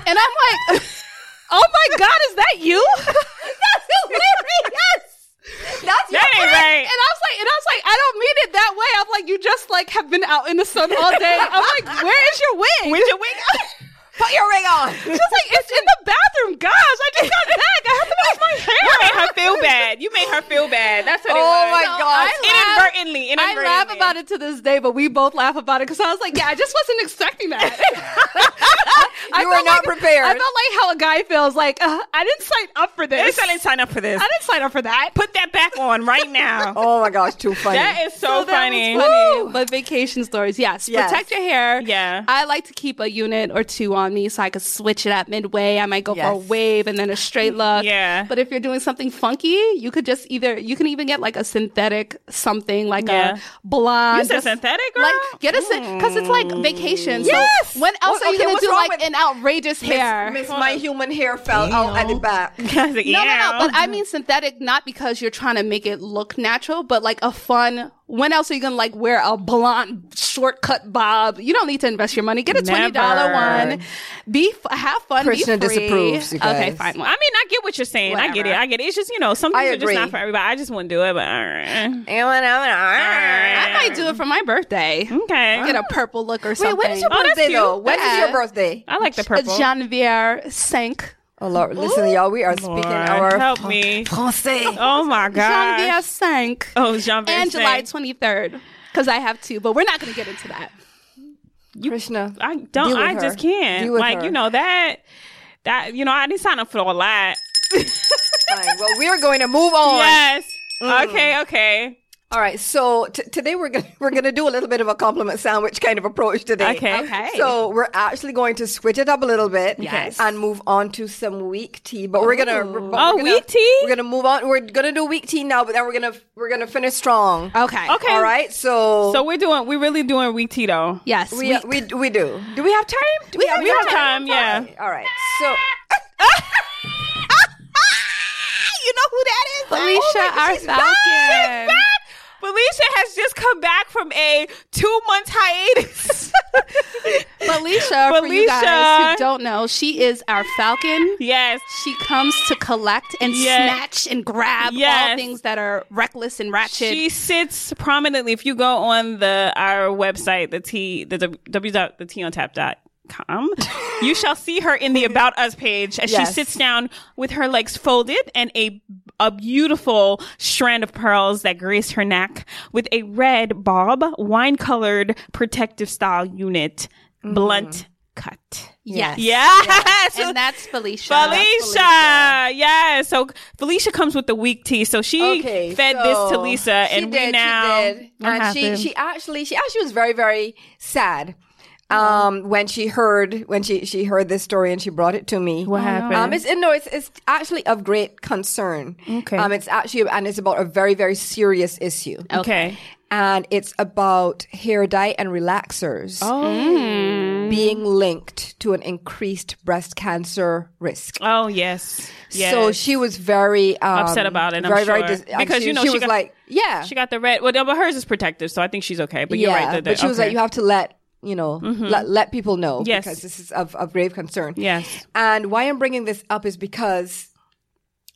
[SPEAKER 9] I'm like, Oh my God, is that you? That's hilarious. That's your
[SPEAKER 7] That ain't
[SPEAKER 9] friend?
[SPEAKER 7] right.
[SPEAKER 9] And I was like, and I was like, I don't mean it that way. I'm like, you just like have been out in the sun all day. I'm like, where is your wig?
[SPEAKER 7] Where's your wig?
[SPEAKER 8] Put your ring on.
[SPEAKER 9] She's like, it's in the bathroom, guys. I just got back. I have to wash my hair.
[SPEAKER 7] You made her feel bad. You made her feel bad. That's what it was.
[SPEAKER 8] Oh my
[SPEAKER 9] No,
[SPEAKER 8] God.
[SPEAKER 9] I laugh-
[SPEAKER 7] Inadvertently,
[SPEAKER 9] I
[SPEAKER 7] inadvertently.
[SPEAKER 9] laugh about it to this day, but we both laugh about it because I was like, yeah, I just wasn't expecting that. I
[SPEAKER 8] You were
[SPEAKER 9] felt
[SPEAKER 8] not
[SPEAKER 9] like-
[SPEAKER 8] prepared.
[SPEAKER 9] I felt like how a guy feels like, uh, I didn't sign up for
[SPEAKER 7] They
[SPEAKER 9] this.
[SPEAKER 7] didn't sign up for this.
[SPEAKER 9] I didn't sign up for that.
[SPEAKER 7] Put that back on right now.
[SPEAKER 8] Oh my gosh, too funny.
[SPEAKER 7] That is so,
[SPEAKER 9] that
[SPEAKER 7] funny.
[SPEAKER 9] was funny. But vacation stories, yes.
[SPEAKER 8] Yes.
[SPEAKER 9] Protect your hair.
[SPEAKER 7] Yeah.
[SPEAKER 9] I like to keep a unit or two on me so I could switch it up midway. I might go for a
[SPEAKER 8] Yes.
[SPEAKER 9] wave and then a straight look.
[SPEAKER 7] Yeah.
[SPEAKER 9] But if you're doing something funky, you could just either you can even get like a synthetic something like
[SPEAKER 7] Yeah.
[SPEAKER 9] a blonde.
[SPEAKER 7] You said
[SPEAKER 9] just-
[SPEAKER 7] synthetic, girl?
[SPEAKER 9] Like get a because it's like vacation.
[SPEAKER 8] Yes!
[SPEAKER 9] So when else
[SPEAKER 8] Well,
[SPEAKER 9] are you
[SPEAKER 8] okay,
[SPEAKER 9] gonna
[SPEAKER 8] what's
[SPEAKER 9] do
[SPEAKER 8] wrong
[SPEAKER 9] like
[SPEAKER 8] with-
[SPEAKER 9] an outrageous hair?
[SPEAKER 8] Miss, my human hair fell out at the back.
[SPEAKER 7] I was like,
[SPEAKER 9] No,
[SPEAKER 7] yeah.
[SPEAKER 9] no, no. But I mean synthetic, not because you're trying to make it look natural, but like a fun. When else are you gonna like wear a blonde shortcut bob? You don't need to invest your money. Get a twenty dollar
[SPEAKER 7] Never.
[SPEAKER 9] one. Be f- have fun.
[SPEAKER 8] Krishna
[SPEAKER 9] be free.
[SPEAKER 8] disapproves, you
[SPEAKER 9] Okay,
[SPEAKER 8] guys.
[SPEAKER 9] fine.
[SPEAKER 7] I mean, I get what you're saying. I get it.
[SPEAKER 9] Whatever.
[SPEAKER 7] I get it. It's just, you know, some
[SPEAKER 8] I
[SPEAKER 7] things are just
[SPEAKER 8] agree.
[SPEAKER 7] not for everybody. I just wouldn't do it, but all right.
[SPEAKER 8] "Ah,
[SPEAKER 9] I might do it for my birthday.
[SPEAKER 7] Okay.
[SPEAKER 9] Get a purple look or
[SPEAKER 8] Wait,
[SPEAKER 9] something.
[SPEAKER 8] when is your
[SPEAKER 7] Oh, that's
[SPEAKER 8] birthday
[SPEAKER 7] cute.
[SPEAKER 8] though? When is your
[SPEAKER 9] Yeah.
[SPEAKER 8] birthday?
[SPEAKER 7] I like the purple.
[SPEAKER 9] Janvier Sank.
[SPEAKER 8] Oh Lord, listen, y'all, we are
[SPEAKER 7] Lord,
[SPEAKER 8] speaking our
[SPEAKER 7] help me.
[SPEAKER 8] Francais.
[SPEAKER 7] Oh my
[SPEAKER 9] Janvier
[SPEAKER 7] God.
[SPEAKER 9] Sank.
[SPEAKER 7] Oh, Jean Vierge.
[SPEAKER 9] and July twenty third. Because I have two, but we're not gonna get into that.
[SPEAKER 8] Krishna.
[SPEAKER 7] I
[SPEAKER 8] Deal
[SPEAKER 7] don't.
[SPEAKER 8] with
[SPEAKER 7] I
[SPEAKER 8] her.
[SPEAKER 7] just can't.
[SPEAKER 8] Deal with
[SPEAKER 7] like
[SPEAKER 8] her.
[SPEAKER 7] you know that that you know I didn't sign up for all that.
[SPEAKER 8] Fine. Well, we're going to move on.
[SPEAKER 7] Yes. Okay. Okay.
[SPEAKER 8] All right. So t- today we're gonna we're gonna do a little bit of a compliment sandwich kind of approach today.
[SPEAKER 7] Okay.
[SPEAKER 9] Okay.
[SPEAKER 8] So we're actually going to switch it up a little bit,
[SPEAKER 9] Yes.
[SPEAKER 8] and move on to some weak tea. But we're gonna but we're
[SPEAKER 7] Oh,
[SPEAKER 8] gonna-
[SPEAKER 7] weak tea?
[SPEAKER 8] We're gonna move on. We're gonna do weak tea now, but then we're gonna we're gonna finish strong.
[SPEAKER 9] Okay.
[SPEAKER 7] Okay.
[SPEAKER 8] All right. So
[SPEAKER 7] So we're doing. We're really doing week T though.
[SPEAKER 9] Yes.
[SPEAKER 8] we
[SPEAKER 9] we-
[SPEAKER 8] we we do. Do we have time? Do we,
[SPEAKER 7] We have time. Yeah.
[SPEAKER 8] All right. So
[SPEAKER 9] you know who that is? oh Felicia R. Falcon.
[SPEAKER 7] Felicia has just come back from a two month hiatus.
[SPEAKER 9] Felicia, for you guys
[SPEAKER 7] Felicia.
[SPEAKER 9] who don't know, she is our Falcon.
[SPEAKER 7] yes.
[SPEAKER 9] She comes to collect and
[SPEAKER 7] Yes.
[SPEAKER 9] snatch and grab all
[SPEAKER 7] Yes.
[SPEAKER 9] things that are reckless and ratchet.
[SPEAKER 7] She sits prominently. If you go on the our website, the t the w w dot the t on tap dot com, you shall see her in the about us page as
[SPEAKER 8] Yes.
[SPEAKER 7] she sits down with her legs folded and a a beautiful strand of pearls that grace her neck with a red bob wine colored protective style unit blunt cut.
[SPEAKER 9] yes.
[SPEAKER 7] Yes.
[SPEAKER 9] And that's Felicia.
[SPEAKER 7] Felicia. Yeah. So Felicia comes with the weak tea. So she
[SPEAKER 8] okay,
[SPEAKER 7] fed
[SPEAKER 8] so
[SPEAKER 7] this to Lisa
[SPEAKER 8] she
[SPEAKER 7] and we
[SPEAKER 8] did,
[SPEAKER 7] now
[SPEAKER 8] she did.
[SPEAKER 7] What
[SPEAKER 8] and
[SPEAKER 7] happened?
[SPEAKER 8] she she actually she actually was very very sad
[SPEAKER 7] Oh.
[SPEAKER 8] um when she heard when she she heard this story and she brought it to me
[SPEAKER 7] What happened?
[SPEAKER 8] um it's no it's it's actually of great concern
[SPEAKER 7] Okay.
[SPEAKER 8] um it's actually and it's about a very very serious issue
[SPEAKER 7] okay.
[SPEAKER 8] and it's about hair dye and relaxers
[SPEAKER 7] Oh.
[SPEAKER 8] being linked to an increased breast cancer risk
[SPEAKER 7] Oh yes. yes.
[SPEAKER 8] So she was very um,
[SPEAKER 7] Upset about it, I'm
[SPEAKER 8] very, very
[SPEAKER 7] sure.
[SPEAKER 8] dis- and
[SPEAKER 7] Because,
[SPEAKER 8] she,
[SPEAKER 7] you know,
[SPEAKER 8] she,
[SPEAKER 7] she
[SPEAKER 8] was
[SPEAKER 7] got-
[SPEAKER 8] like, "Yeah,
[SPEAKER 7] she got the red. Well, no, but hers is protective, so I think she's okay. But you're right. the- the-
[SPEAKER 8] but she was
[SPEAKER 7] okay. Mm-hmm.
[SPEAKER 8] like, you have to let you know, let, let people know
[SPEAKER 7] Yes.
[SPEAKER 8] because this is of, of grave concern.
[SPEAKER 7] Yes.
[SPEAKER 8] And why I'm bringing this up is because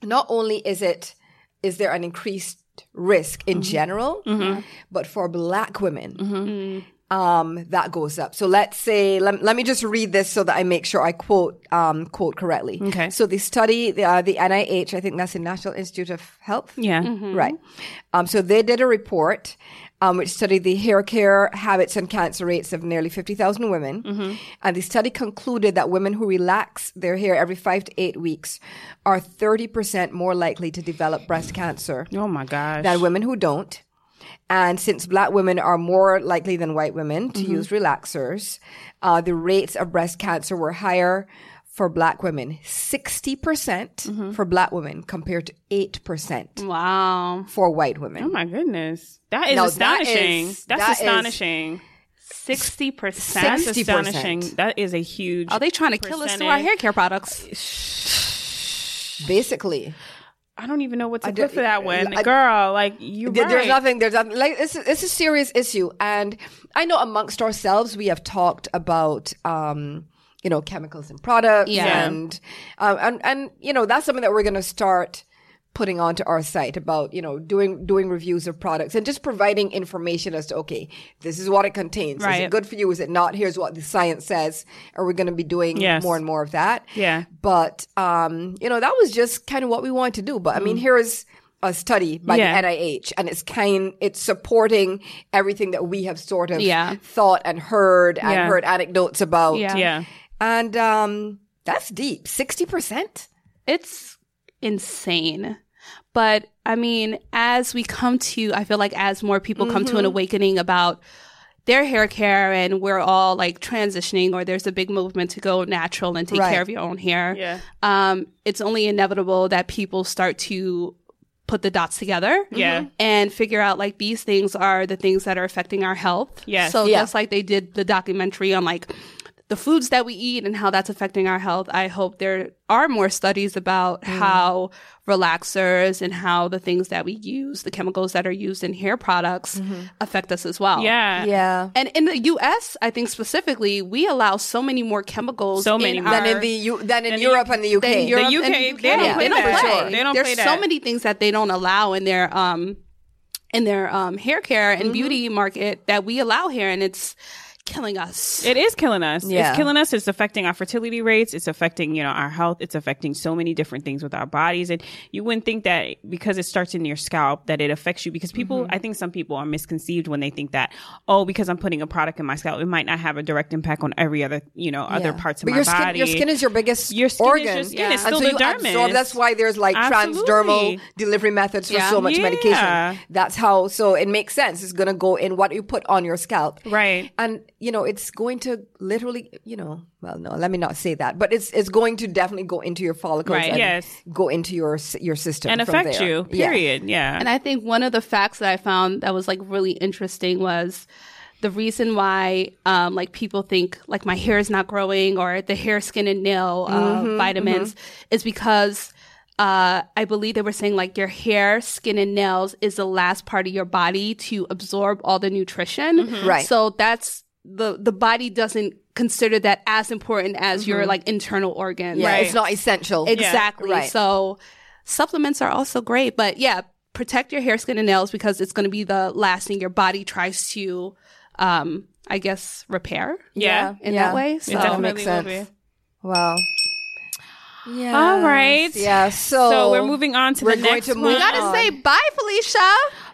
[SPEAKER 8] not only is it is there an increased risk in
[SPEAKER 7] Mm-hmm.
[SPEAKER 8] general, but for Black women. Um, that goes up. So let's say, let, let me just read this so that I make sure I quote, um, quote correctly.
[SPEAKER 7] Okay.
[SPEAKER 8] So the study, the, uh, the NIH, I think that's the National Institute of Health.
[SPEAKER 7] yeah.
[SPEAKER 8] Right. Um, so they did a report um, which studied the hair care habits and cancer rates of nearly 50,000 women. And the study concluded that women who relax their hair every five to eight weeks are 30% more likely to develop breast cancer
[SPEAKER 7] Oh my gosh.
[SPEAKER 8] than women who don't. And since black women are more likely than white women to
[SPEAKER 7] Mm-hmm.
[SPEAKER 8] use relaxers, uh, the rates of breast cancer were higher for black women 60% percent
[SPEAKER 7] Mm-hmm.
[SPEAKER 8] for black women compared to 8%
[SPEAKER 9] Wow.
[SPEAKER 8] for white women.
[SPEAKER 7] oh my goodness. That is
[SPEAKER 8] No, that is-
[SPEAKER 7] astonishing. That's
[SPEAKER 8] that is-
[SPEAKER 7] astonishing.
[SPEAKER 9] 60%.
[SPEAKER 7] That's
[SPEAKER 8] 60%.
[SPEAKER 7] astonishing. That is a huge.
[SPEAKER 9] Are they trying to kill us through our
[SPEAKER 7] Percentage.
[SPEAKER 9] hair care products?
[SPEAKER 8] Basically,
[SPEAKER 7] I don't even know what to
[SPEAKER 8] don't-
[SPEAKER 7] put for that one,
[SPEAKER 8] I-
[SPEAKER 7] girl. Like you,
[SPEAKER 8] There-
[SPEAKER 7] right.
[SPEAKER 8] there's nothing. There's nothing. Like it's it's a serious issue, and I know amongst ourselves we have talked about um, you know, chemicals and products.
[SPEAKER 9] Yeah.
[SPEAKER 8] And, um, and, and, you know, that's something that we're going to start putting onto our site about, you know, doing, doing reviews of products and just providing information as to, okay, this is what it contains. Is
[SPEAKER 7] Right.
[SPEAKER 8] it good for you? Is it not? Here's what the science says. Are we going to be doing
[SPEAKER 7] Yes.
[SPEAKER 8] more and more of that?
[SPEAKER 7] Yeah.
[SPEAKER 8] But, um, you know, that was just kind of what we wanted to do. But I mean, here is, a study by
[SPEAKER 7] Yeah.
[SPEAKER 8] the NIH and it's kind it's supporting everything that we have sort of
[SPEAKER 9] Yeah.
[SPEAKER 8] thought and heard and
[SPEAKER 7] Yeah.
[SPEAKER 8] heard anecdotes about.
[SPEAKER 9] Yeah.
[SPEAKER 7] Yeah.
[SPEAKER 8] And um that's deep. 60%?
[SPEAKER 9] it's insane. But I mean, as we come to, I feel like as more people come
[SPEAKER 7] Mm-hmm.
[SPEAKER 9] to an awakening about their hair care and we're all like transitioning or there's a big movement to go natural and take
[SPEAKER 8] Right.
[SPEAKER 9] care of your own hair.
[SPEAKER 7] Yeah.
[SPEAKER 8] Mm-hmm.
[SPEAKER 9] Um, it's only inevitable that people start to put the dots together
[SPEAKER 7] Yeah.
[SPEAKER 9] and figure out like these things are the things that are affecting our health.
[SPEAKER 7] Yes.
[SPEAKER 9] So
[SPEAKER 8] Yeah.
[SPEAKER 9] just like they did the documentary on like the foods that we eat and how that's affecting our health. I hope there are more studies about
[SPEAKER 7] Mm-hmm.
[SPEAKER 9] how relaxers and how the things that we use, the chemicals that are used in hair products affect us as well.
[SPEAKER 7] Mm-hmm. Yeah.
[SPEAKER 8] Yeah.
[SPEAKER 9] And in the US, I think specifically, we allow so many more chemicals
[SPEAKER 7] So many
[SPEAKER 9] in
[SPEAKER 7] more.
[SPEAKER 9] our
[SPEAKER 8] Than in the U than in Europe and the UK.
[SPEAKER 9] than Europe
[SPEAKER 7] UK,
[SPEAKER 9] and
[SPEAKER 7] they don't
[SPEAKER 9] yeah,
[SPEAKER 7] play
[SPEAKER 8] that.
[SPEAKER 9] play.
[SPEAKER 7] They don't
[SPEAKER 9] There's
[SPEAKER 7] play
[SPEAKER 9] so
[SPEAKER 7] that.
[SPEAKER 9] many things that they don't allow in their um in their um hair care and beauty market that we allow here, and it's killing us.
[SPEAKER 7] It is killing us.
[SPEAKER 8] Yeah.
[SPEAKER 7] It's killing us. It's affecting our fertility rates. It's affecting, you know, our health. It's affecting so many different things with our bodies. And you wouldn't think that because it starts in your scalp that it affects you because people,
[SPEAKER 8] Mm-hmm.
[SPEAKER 7] I think some people are misconceived when they think that, oh, because I'm putting a product in my scalp, it might not have a direct impact on every other, you know, other
[SPEAKER 8] Yeah.
[SPEAKER 7] parts of
[SPEAKER 8] but
[SPEAKER 7] my
[SPEAKER 8] your skin,
[SPEAKER 7] body.
[SPEAKER 8] Your skin is your biggest
[SPEAKER 7] Your skin is your
[SPEAKER 8] organ.
[SPEAKER 7] skin. It's
[SPEAKER 8] and
[SPEAKER 7] still
[SPEAKER 8] so
[SPEAKER 7] the
[SPEAKER 8] you
[SPEAKER 7] dermis.
[SPEAKER 8] absorb. That's why there's like
[SPEAKER 7] Absolutely.
[SPEAKER 8] transdermal delivery methods for so much
[SPEAKER 7] Yeah.
[SPEAKER 8] medication. That's how. So it makes sense. It's going to go in what you put on your scalp.
[SPEAKER 7] Right.
[SPEAKER 8] And you know, it's going to literally, you know, well, no, let me not say that, but it's it's going to definitely go into your follicles.
[SPEAKER 9] Right.
[SPEAKER 8] And
[SPEAKER 7] Yes.
[SPEAKER 8] Go into your s- your system
[SPEAKER 7] and
[SPEAKER 8] from
[SPEAKER 7] affect
[SPEAKER 8] there.
[SPEAKER 7] you,
[SPEAKER 8] Yeah.
[SPEAKER 7] period. Yeah.
[SPEAKER 9] And I think one of the facts that I found that was like really interesting was the reason why um, like people think like my hair is not growing or the hair, skin, and nail uh,
[SPEAKER 8] Mm-hmm,
[SPEAKER 9] vitamins is because. Uh, I believe they were saying like your hair, skin, and nails is the last part of your body to absorb all the nutrition.
[SPEAKER 8] Mm-hmm. Right.
[SPEAKER 9] So that's the the body doesn't consider that as important as your like internal organ.
[SPEAKER 8] Mm-hmm. Yeah,
[SPEAKER 7] Right.
[SPEAKER 8] it's not essential.
[SPEAKER 9] Exactly.
[SPEAKER 8] Right.
[SPEAKER 9] So supplements are also great, but yeah, protect your hair, skin, and nails because it's going to be the last thing your body tries to, um, I guess, repair
[SPEAKER 7] yeah.
[SPEAKER 9] in
[SPEAKER 8] Yeah.
[SPEAKER 9] that way.
[SPEAKER 8] It
[SPEAKER 9] So
[SPEAKER 7] It definitely
[SPEAKER 8] makes
[SPEAKER 7] will
[SPEAKER 8] sense.
[SPEAKER 7] be.
[SPEAKER 8] Wow. Yeah.
[SPEAKER 7] All right.
[SPEAKER 8] Yeah. So,
[SPEAKER 7] So we're moving on to
[SPEAKER 8] we're
[SPEAKER 7] the
[SPEAKER 8] going
[SPEAKER 7] next
[SPEAKER 8] to move
[SPEAKER 7] one.
[SPEAKER 9] we got
[SPEAKER 8] on.
[SPEAKER 9] to say bye, Felicia.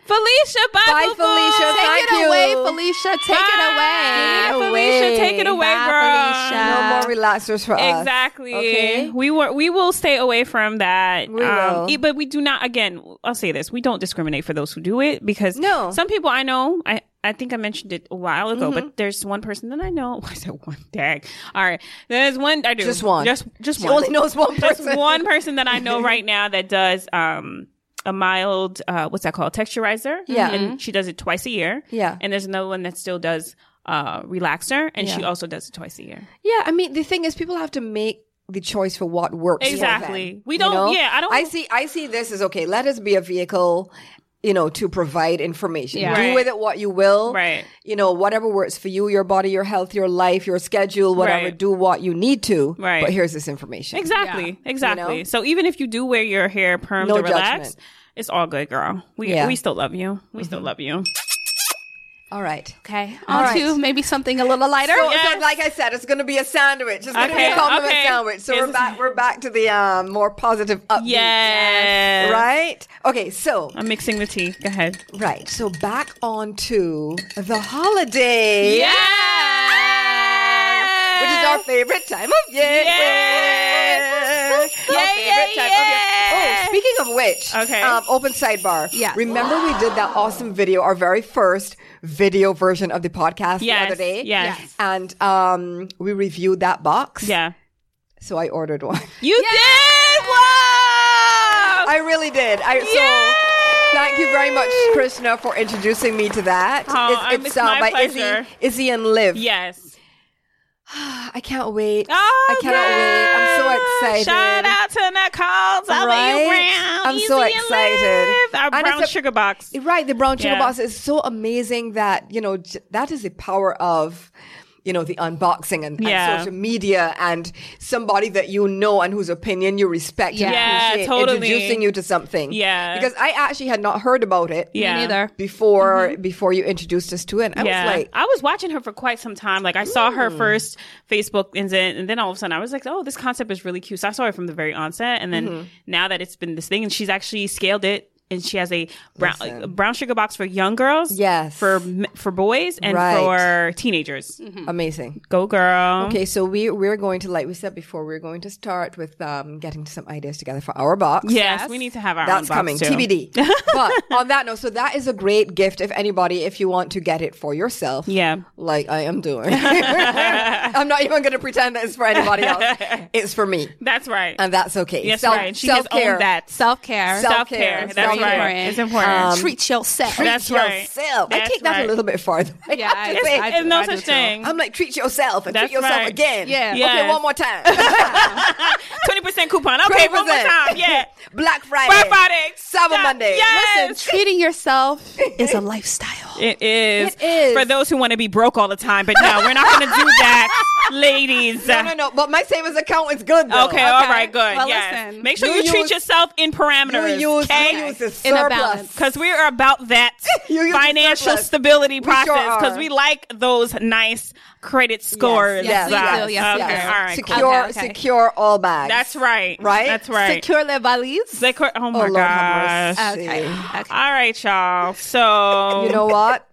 [SPEAKER 7] Felicia, bye,
[SPEAKER 8] Bye,
[SPEAKER 7] boo-boo.
[SPEAKER 8] Felicia.
[SPEAKER 9] Take
[SPEAKER 8] Thank
[SPEAKER 9] it
[SPEAKER 8] you.
[SPEAKER 9] away, Felicia. Take
[SPEAKER 7] Bye.
[SPEAKER 9] it away.
[SPEAKER 7] Felicia, take it away,
[SPEAKER 9] Bye,
[SPEAKER 7] girl.
[SPEAKER 9] Felicia.
[SPEAKER 8] No more relaxers for us.
[SPEAKER 7] Exactly.
[SPEAKER 8] Okay.
[SPEAKER 7] We were. We will stay away from that.
[SPEAKER 8] We will.
[SPEAKER 7] e- But we do not. Again, I'll say this: we don't discriminate for those who do it because
[SPEAKER 8] No.
[SPEAKER 7] Some people I know. I I think I mentioned it a while ago,
[SPEAKER 8] Mm-hmm.
[SPEAKER 7] but there's one person that I know. I said one dag. All right. There's one. I do
[SPEAKER 8] Just one.
[SPEAKER 7] Just just
[SPEAKER 8] She
[SPEAKER 7] one.
[SPEAKER 8] only knows one
[SPEAKER 7] Just
[SPEAKER 8] person.
[SPEAKER 7] one person that I know right now that does um a mild uh what's that called texturizer.
[SPEAKER 8] Yeah. Mm-hmm.
[SPEAKER 7] And she does it twice a year.
[SPEAKER 8] Yeah.
[SPEAKER 7] And there's another one that still does uh relaxer, and she also does it twice a year.
[SPEAKER 8] Yeah, I mean the thing is, people have to make the choice for what works. for them,
[SPEAKER 7] Exactly. We
[SPEAKER 8] you
[SPEAKER 7] don't-
[SPEAKER 8] know?
[SPEAKER 7] yeah, I don't-
[SPEAKER 8] I see. I see this as okay. Let us be a vehicle, you know, to provide information.
[SPEAKER 9] Yeah.
[SPEAKER 8] Do
[SPEAKER 7] Right.
[SPEAKER 8] with it what you will.
[SPEAKER 7] Right.
[SPEAKER 8] You know, whatever works for you, your body, your health, your life, your schedule, whatever.
[SPEAKER 7] Right.
[SPEAKER 8] Do what you need to.
[SPEAKER 7] Right.
[SPEAKER 8] But here's this information.
[SPEAKER 7] Exactly. Exactly.
[SPEAKER 8] know?
[SPEAKER 7] So even if you do wear your hair permed
[SPEAKER 8] No
[SPEAKER 7] or relaxed,
[SPEAKER 8] judgment.
[SPEAKER 7] it's all good, girl. We
[SPEAKER 8] Yeah. Mm-hmm.
[SPEAKER 7] we still love you. We still love you.
[SPEAKER 8] All right.
[SPEAKER 9] Okay.
[SPEAKER 8] All
[SPEAKER 9] On
[SPEAKER 8] right.
[SPEAKER 9] to maybe something a little lighter.
[SPEAKER 8] So,
[SPEAKER 7] Yes.
[SPEAKER 8] so like I said, it's going to be a sandwich. It's going to
[SPEAKER 7] Okay,
[SPEAKER 8] be a compliment
[SPEAKER 7] okay.
[SPEAKER 8] sandwich. So we're
[SPEAKER 7] Yes.
[SPEAKER 8] back. We're back to the um, more positive, upbeat.
[SPEAKER 7] Yes.
[SPEAKER 8] Right. Okay. So
[SPEAKER 7] I'm mixing the tea. Go ahead.
[SPEAKER 8] Right. So back on to the holiday. Which is our favorite time of year.
[SPEAKER 7] Yes.
[SPEAKER 8] Our
[SPEAKER 7] Yeah,
[SPEAKER 8] favorite
[SPEAKER 7] yeah,
[SPEAKER 8] time of year.
[SPEAKER 7] yeah.
[SPEAKER 8] Oh, speaking of which,
[SPEAKER 7] Okay.
[SPEAKER 8] um, open sidebar.
[SPEAKER 9] Yes.
[SPEAKER 8] Remember we did that awesome video, our very first video version of the podcast
[SPEAKER 7] Yes,
[SPEAKER 8] the other day?
[SPEAKER 7] yes. Yes.
[SPEAKER 8] And um, we reviewed that box.
[SPEAKER 7] Yeah.
[SPEAKER 8] So I ordered one.
[SPEAKER 7] You did. Wow.
[SPEAKER 8] I really did. I so Thank you very much, Krishna, for introducing me to that. uh,
[SPEAKER 7] Oh, I'm- it's my
[SPEAKER 8] by
[SPEAKER 7] pleasure.
[SPEAKER 8] Izzy, Izzy and Liv.
[SPEAKER 7] Yes.
[SPEAKER 8] I can't wait.
[SPEAKER 7] Oh,
[SPEAKER 8] I cannot wait. I'm so
[SPEAKER 7] yeah.
[SPEAKER 8] excited.
[SPEAKER 7] Shout out to Nicole. Tell
[SPEAKER 8] Right?
[SPEAKER 7] you brown.
[SPEAKER 8] I'm so
[SPEAKER 7] Easy and
[SPEAKER 8] excited.
[SPEAKER 7] live. Our
[SPEAKER 8] And
[SPEAKER 7] brown
[SPEAKER 8] it's a-
[SPEAKER 7] sugar box.
[SPEAKER 8] Right, the brown sugar
[SPEAKER 7] Yeah.
[SPEAKER 8] box is so amazing that you know j- that is the power of you know, the unboxing and, and
[SPEAKER 7] Yeah.
[SPEAKER 8] social media and somebody that you know and whose opinion you respect.
[SPEAKER 7] Yeah,
[SPEAKER 8] and appreciate
[SPEAKER 7] totally.
[SPEAKER 8] Introducing you to something.
[SPEAKER 7] Yeah.
[SPEAKER 8] Because I actually had not heard about it.
[SPEAKER 7] Yeah. Mm-hmm.
[SPEAKER 9] neither.
[SPEAKER 8] Before before you introduced us to it, and I
[SPEAKER 7] yeah.
[SPEAKER 8] was like,
[SPEAKER 7] I was watching her for quite some time. Like I saw her
[SPEAKER 8] Hmm.
[SPEAKER 7] first Facebook and then, and then all of a sudden I was like, oh, this concept is really cute. So I saw her from the very onset. And
[SPEAKER 8] Mm-hmm.
[SPEAKER 7] then now that it's been this thing and she's actually scaled it and she has a brown a brown sugar box for young girls.
[SPEAKER 8] Yes.
[SPEAKER 7] For m- for boys and
[SPEAKER 8] Right.
[SPEAKER 7] for teenagers.
[SPEAKER 8] Mm-hmm. hmm, amazing.
[SPEAKER 7] Go girl.
[SPEAKER 8] Okay, so we we're going to, like we said before, we're going to start with um, getting some ideas together for our box.
[SPEAKER 7] Yes, we need to have our own
[SPEAKER 8] That's
[SPEAKER 7] box
[SPEAKER 8] coming,
[SPEAKER 7] too.
[SPEAKER 8] TBD. but on that note, so that is a great gift if anybody, if you want to get it for yourself.
[SPEAKER 7] Yeah.
[SPEAKER 8] Like I am doing. I'm not even going to pretend that it's for anybody else. It's for me.
[SPEAKER 7] That's right.
[SPEAKER 8] And that's okay.
[SPEAKER 7] yes,
[SPEAKER 8] Um, Self-
[SPEAKER 7] right. She has owned that.
[SPEAKER 9] Self care.
[SPEAKER 8] Self-
[SPEAKER 7] Self care.
[SPEAKER 8] self-care. Um,
[SPEAKER 7] That's
[SPEAKER 8] Self-care.
[SPEAKER 7] right. It's important.
[SPEAKER 9] treat yourself.
[SPEAKER 7] That's
[SPEAKER 8] Treat
[SPEAKER 7] right.
[SPEAKER 8] yourself. I
[SPEAKER 7] That's
[SPEAKER 8] take that
[SPEAKER 7] right.
[SPEAKER 8] a little bit farther. I
[SPEAKER 9] Yeah,
[SPEAKER 8] have to
[SPEAKER 9] I-
[SPEAKER 8] say.
[SPEAKER 9] I-
[SPEAKER 7] There's no such
[SPEAKER 9] do too.
[SPEAKER 7] thing.
[SPEAKER 8] I'm like, treat yourself and
[SPEAKER 7] That's
[SPEAKER 8] treat yourself
[SPEAKER 7] right.
[SPEAKER 8] again.
[SPEAKER 9] Yeah.
[SPEAKER 7] Yes.
[SPEAKER 8] Okay, one more time.
[SPEAKER 7] Twenty percent coupon. Okay, one more
[SPEAKER 8] 20%.
[SPEAKER 7] time. Yeah.
[SPEAKER 8] Black Friday.
[SPEAKER 7] Black Friday.
[SPEAKER 8] Cyber
[SPEAKER 7] Yeah.
[SPEAKER 8] Monday.
[SPEAKER 7] Yes.
[SPEAKER 9] Listen, treating yourself is a lifestyle.
[SPEAKER 7] It is.
[SPEAKER 8] It is.
[SPEAKER 7] For those who want to be broke all the time, but no, we're not going to do that, ladies.
[SPEAKER 8] No, no, no. But my savings account is good though.
[SPEAKER 7] Okay, all
[SPEAKER 9] Okay.
[SPEAKER 7] right, good.
[SPEAKER 9] Well,
[SPEAKER 7] yes.
[SPEAKER 9] listen.
[SPEAKER 7] Make sure
[SPEAKER 8] You
[SPEAKER 7] you, treat
[SPEAKER 8] use-
[SPEAKER 7] yourself in
[SPEAKER 8] You
[SPEAKER 7] parameters.
[SPEAKER 8] use, you
[SPEAKER 7] okay?
[SPEAKER 8] use the surplus.
[SPEAKER 9] In a balance.
[SPEAKER 7] Because we are about that
[SPEAKER 8] You use the
[SPEAKER 7] financial
[SPEAKER 8] surplus.
[SPEAKER 7] stability
[SPEAKER 8] We sure
[SPEAKER 7] process. Because
[SPEAKER 8] are.
[SPEAKER 7] we like those nice credit scores.
[SPEAKER 9] yes, we
[SPEAKER 7] Uh,
[SPEAKER 9] do, yes, we
[SPEAKER 7] okay,
[SPEAKER 9] do.
[SPEAKER 7] all right. cool.
[SPEAKER 8] secure,
[SPEAKER 9] Okay, okay.
[SPEAKER 8] secure all bags.
[SPEAKER 7] That's right.
[SPEAKER 8] Right?
[SPEAKER 7] That's right.
[SPEAKER 9] Secure le valise.
[SPEAKER 7] Secure- oh
[SPEAKER 8] Oh
[SPEAKER 7] my
[SPEAKER 8] Lord, have
[SPEAKER 7] gosh.
[SPEAKER 8] mercy. Uh,
[SPEAKER 9] Okay. okay.
[SPEAKER 7] All right, y'all. So
[SPEAKER 8] You know what?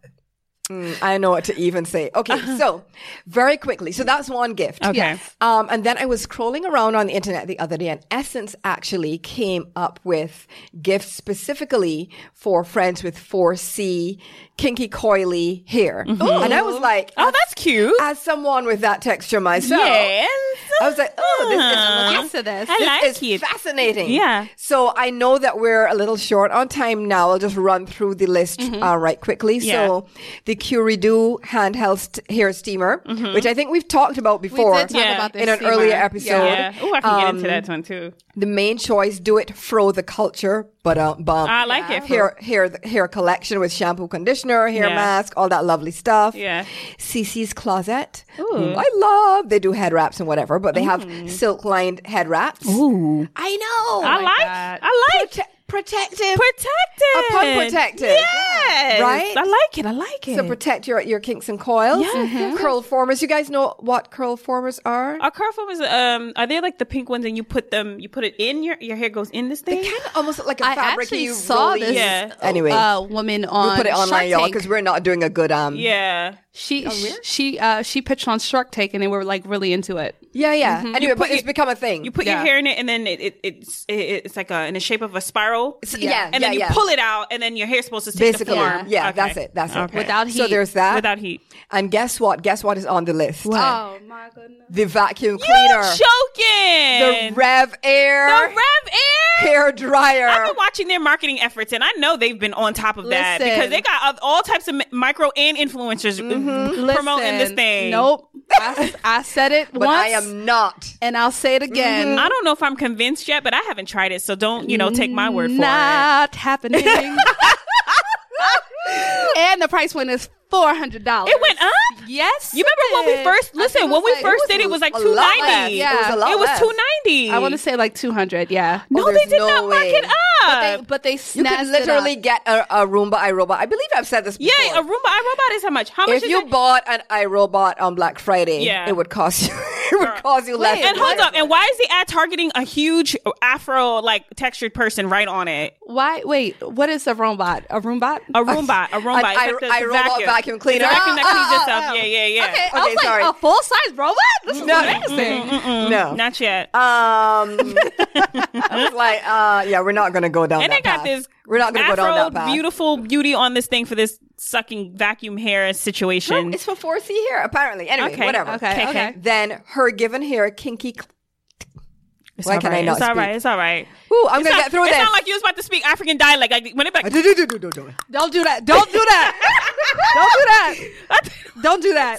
[SPEAKER 8] Mm, I know what to even say. Okay, so very quickly. So that's one gift.
[SPEAKER 7] Uh-huh. Okay.
[SPEAKER 9] Yes.
[SPEAKER 8] Um, and then I was scrolling around on the internet the other day, and Essence actually came up with gifts specifically for friends with 4C kinky coily hair. And I was like,
[SPEAKER 7] Oh, that's cute.
[SPEAKER 8] as someone with that texture myself,
[SPEAKER 7] yes.
[SPEAKER 8] I was like, oh, this
[SPEAKER 7] Uh,
[SPEAKER 8] is
[SPEAKER 9] Yes to this.
[SPEAKER 7] I like
[SPEAKER 8] it's
[SPEAKER 7] it.
[SPEAKER 8] fascinating.
[SPEAKER 7] Yeah.
[SPEAKER 8] So I know that we're a little short on time now. I'll just run through the list uh, right quickly.
[SPEAKER 7] Mm-hmm. Yeah.
[SPEAKER 8] So the Curidoo handheld st- hair steamer,
[SPEAKER 7] Mm-hmm.
[SPEAKER 8] which I think we've talked about before
[SPEAKER 9] did talk
[SPEAKER 7] Yeah.
[SPEAKER 9] about this
[SPEAKER 8] in an
[SPEAKER 9] steamer.
[SPEAKER 8] earlier
[SPEAKER 9] Yeah.
[SPEAKER 8] episode.
[SPEAKER 7] Yeah. Oh, I can get into
[SPEAKER 8] Um,
[SPEAKER 7] that one too.
[SPEAKER 8] The main choice, do it fro the culture, but um, bump.
[SPEAKER 7] I like it.
[SPEAKER 8] Hair, hair, hair collection with shampoo, conditioner, hair
[SPEAKER 7] Yeah.
[SPEAKER 8] mask, all that lovely stuff.
[SPEAKER 7] Yeah.
[SPEAKER 8] CC's Closet. Ooh. I love. They do head wraps and whatever, but they have silk lined head wraps. Ooh. I know.
[SPEAKER 7] Mm. I like. I like.
[SPEAKER 8] Prote- protective.
[SPEAKER 7] protected.
[SPEAKER 8] Upon protected.
[SPEAKER 7] Yes.
[SPEAKER 8] Right?
[SPEAKER 7] I like it. I like it.
[SPEAKER 8] So protect your, your kinks and coils. Mm-hmm.
[SPEAKER 7] Yes, yes.
[SPEAKER 8] Curl formers. You guys know what curl formers are?
[SPEAKER 7] Are curl formers um are they like the pink ones and you put them you put it in your your hair goes in this thing?
[SPEAKER 8] They kind of almost look like a
[SPEAKER 9] I
[SPEAKER 8] fabric
[SPEAKER 9] actually
[SPEAKER 8] you
[SPEAKER 9] saw
[SPEAKER 8] roll
[SPEAKER 9] this.
[SPEAKER 8] in.
[SPEAKER 7] Yeah.
[SPEAKER 8] Anyway.
[SPEAKER 9] Uh, woman on.
[SPEAKER 8] We'll put it online,
[SPEAKER 9] Shark
[SPEAKER 8] y'all,
[SPEAKER 9] Tank.
[SPEAKER 8] because we're not doing a good um.
[SPEAKER 7] yeah.
[SPEAKER 9] she she uh, she pitched on Shark Tank and they were like really into it.
[SPEAKER 8] yeah, yeah. Anyway, but
[SPEAKER 7] Mm-hmm. put
[SPEAKER 8] it's
[SPEAKER 7] your-
[SPEAKER 8] become a thing.
[SPEAKER 7] You put your
[SPEAKER 9] Yeah.
[SPEAKER 7] hair in it and then it, it it's it, it's like a in the shape of a spiral.
[SPEAKER 8] S- yeah,
[SPEAKER 7] And then
[SPEAKER 8] yeah,
[SPEAKER 7] you
[SPEAKER 8] yeah.
[SPEAKER 7] pull it out and then your hair's supposed to take
[SPEAKER 8] basically,
[SPEAKER 7] the
[SPEAKER 8] yeah,
[SPEAKER 7] form. Okay.
[SPEAKER 8] that's it, that's
[SPEAKER 7] Okay.
[SPEAKER 8] it.
[SPEAKER 9] Without
[SPEAKER 8] So
[SPEAKER 9] heat.
[SPEAKER 8] there's that.
[SPEAKER 7] Without heat.
[SPEAKER 8] And guess what? Guess what is on the list?
[SPEAKER 9] Oh my goodness.
[SPEAKER 8] The
[SPEAKER 7] You
[SPEAKER 8] vacuum cleaner,
[SPEAKER 7] joking.
[SPEAKER 8] the Rev Air,
[SPEAKER 7] The Rev Air.
[SPEAKER 8] hair dryer.
[SPEAKER 7] I've been watching their marketing efforts, and I know they've been on top of that
[SPEAKER 9] Listen.
[SPEAKER 7] because they got all types of mi- micro and influencers uh, promoting this
[SPEAKER 9] Mm-hmm. Listen,
[SPEAKER 7] thing.
[SPEAKER 9] Nope. I, I said it
[SPEAKER 8] but
[SPEAKER 9] once
[SPEAKER 8] I am not.
[SPEAKER 9] and I'll say it again.
[SPEAKER 7] Mm-hmm. I don't know if I'm convinced yet, but I haven't tried it, so don't you know take my word for it.
[SPEAKER 9] Not happening. and the price went is four hundred dollars.
[SPEAKER 7] It went up.
[SPEAKER 9] Yes.
[SPEAKER 7] You remember when we
[SPEAKER 9] it-
[SPEAKER 7] first
[SPEAKER 9] I think
[SPEAKER 7] listen?
[SPEAKER 9] it
[SPEAKER 7] When
[SPEAKER 9] was
[SPEAKER 7] we
[SPEAKER 9] like-
[SPEAKER 7] first
[SPEAKER 9] it
[SPEAKER 7] did it was like
[SPEAKER 8] a
[SPEAKER 7] two
[SPEAKER 8] lot less.
[SPEAKER 7] ninety.
[SPEAKER 9] Yeah.
[SPEAKER 8] It was a lot
[SPEAKER 7] It was
[SPEAKER 8] less.
[SPEAKER 7] two ninety.
[SPEAKER 9] I want to say like two hundred. Yeah.
[SPEAKER 7] No,
[SPEAKER 8] there's
[SPEAKER 7] they did
[SPEAKER 8] no
[SPEAKER 7] not mark
[SPEAKER 8] way.
[SPEAKER 7] it
[SPEAKER 9] But they,
[SPEAKER 7] up.
[SPEAKER 9] but they
[SPEAKER 8] You
[SPEAKER 9] snatched
[SPEAKER 8] can literally
[SPEAKER 9] It
[SPEAKER 8] get a, a Roomba iRobot. I believe I've said this
[SPEAKER 7] Yay!
[SPEAKER 8] before.
[SPEAKER 7] A Roomba iRobot is how much? How much
[SPEAKER 8] if
[SPEAKER 7] is
[SPEAKER 8] you
[SPEAKER 7] that?
[SPEAKER 8] bought an iRobot on Black Friday,
[SPEAKER 7] Yeah.
[SPEAKER 8] it would cost you. it would cost you less.
[SPEAKER 9] Wait,
[SPEAKER 8] than
[SPEAKER 7] And hold
[SPEAKER 8] that.
[SPEAKER 7] up. And why is the ad targeting a huge Afro like textured person right on it?
[SPEAKER 9] up. Why? Wait. What is a robot? A robot?
[SPEAKER 7] A Roomba, a Roomba, It's
[SPEAKER 8] An i-
[SPEAKER 7] like the-
[SPEAKER 8] i-
[SPEAKER 7] the
[SPEAKER 8] robot vacuum cleaner.
[SPEAKER 7] It's a vacuum that cleans
[SPEAKER 9] Oh, oh,
[SPEAKER 7] itself.
[SPEAKER 9] oh.
[SPEAKER 7] Yeah, yeah, yeah.
[SPEAKER 9] Okay. I
[SPEAKER 8] Okay,
[SPEAKER 9] was like
[SPEAKER 8] sorry.
[SPEAKER 9] a full size robot. This is
[SPEAKER 8] No.
[SPEAKER 9] amazing.
[SPEAKER 8] No.
[SPEAKER 7] Not yet.
[SPEAKER 8] Um, I was like, uh, yeah, we're not gonna go down.
[SPEAKER 7] and
[SPEAKER 8] that
[SPEAKER 7] they got
[SPEAKER 8] path.
[SPEAKER 7] this
[SPEAKER 8] We're not gonna
[SPEAKER 7] Afro
[SPEAKER 8] go down that path.
[SPEAKER 7] beautiful beauty on this thing for this sucking vacuum hair situation.
[SPEAKER 8] It's for 4C here, apparently. Anyway,
[SPEAKER 7] Okay,
[SPEAKER 8] whatever.
[SPEAKER 9] okay, Okay, okay. okay.
[SPEAKER 8] Then her given hair, kinky. Cl-
[SPEAKER 7] It's
[SPEAKER 8] Why
[SPEAKER 7] all
[SPEAKER 8] can
[SPEAKER 7] right.
[SPEAKER 8] I not
[SPEAKER 7] It's all
[SPEAKER 8] speak?
[SPEAKER 7] right. It's all right.
[SPEAKER 8] Ooh, I'm
[SPEAKER 7] It's
[SPEAKER 8] gonna
[SPEAKER 7] not-
[SPEAKER 8] get through
[SPEAKER 7] it
[SPEAKER 8] this.
[SPEAKER 7] sound like you was about to speak African dialect. Like when it be like,
[SPEAKER 9] Don't do that. Don't do that. Don't do that. Don't do that.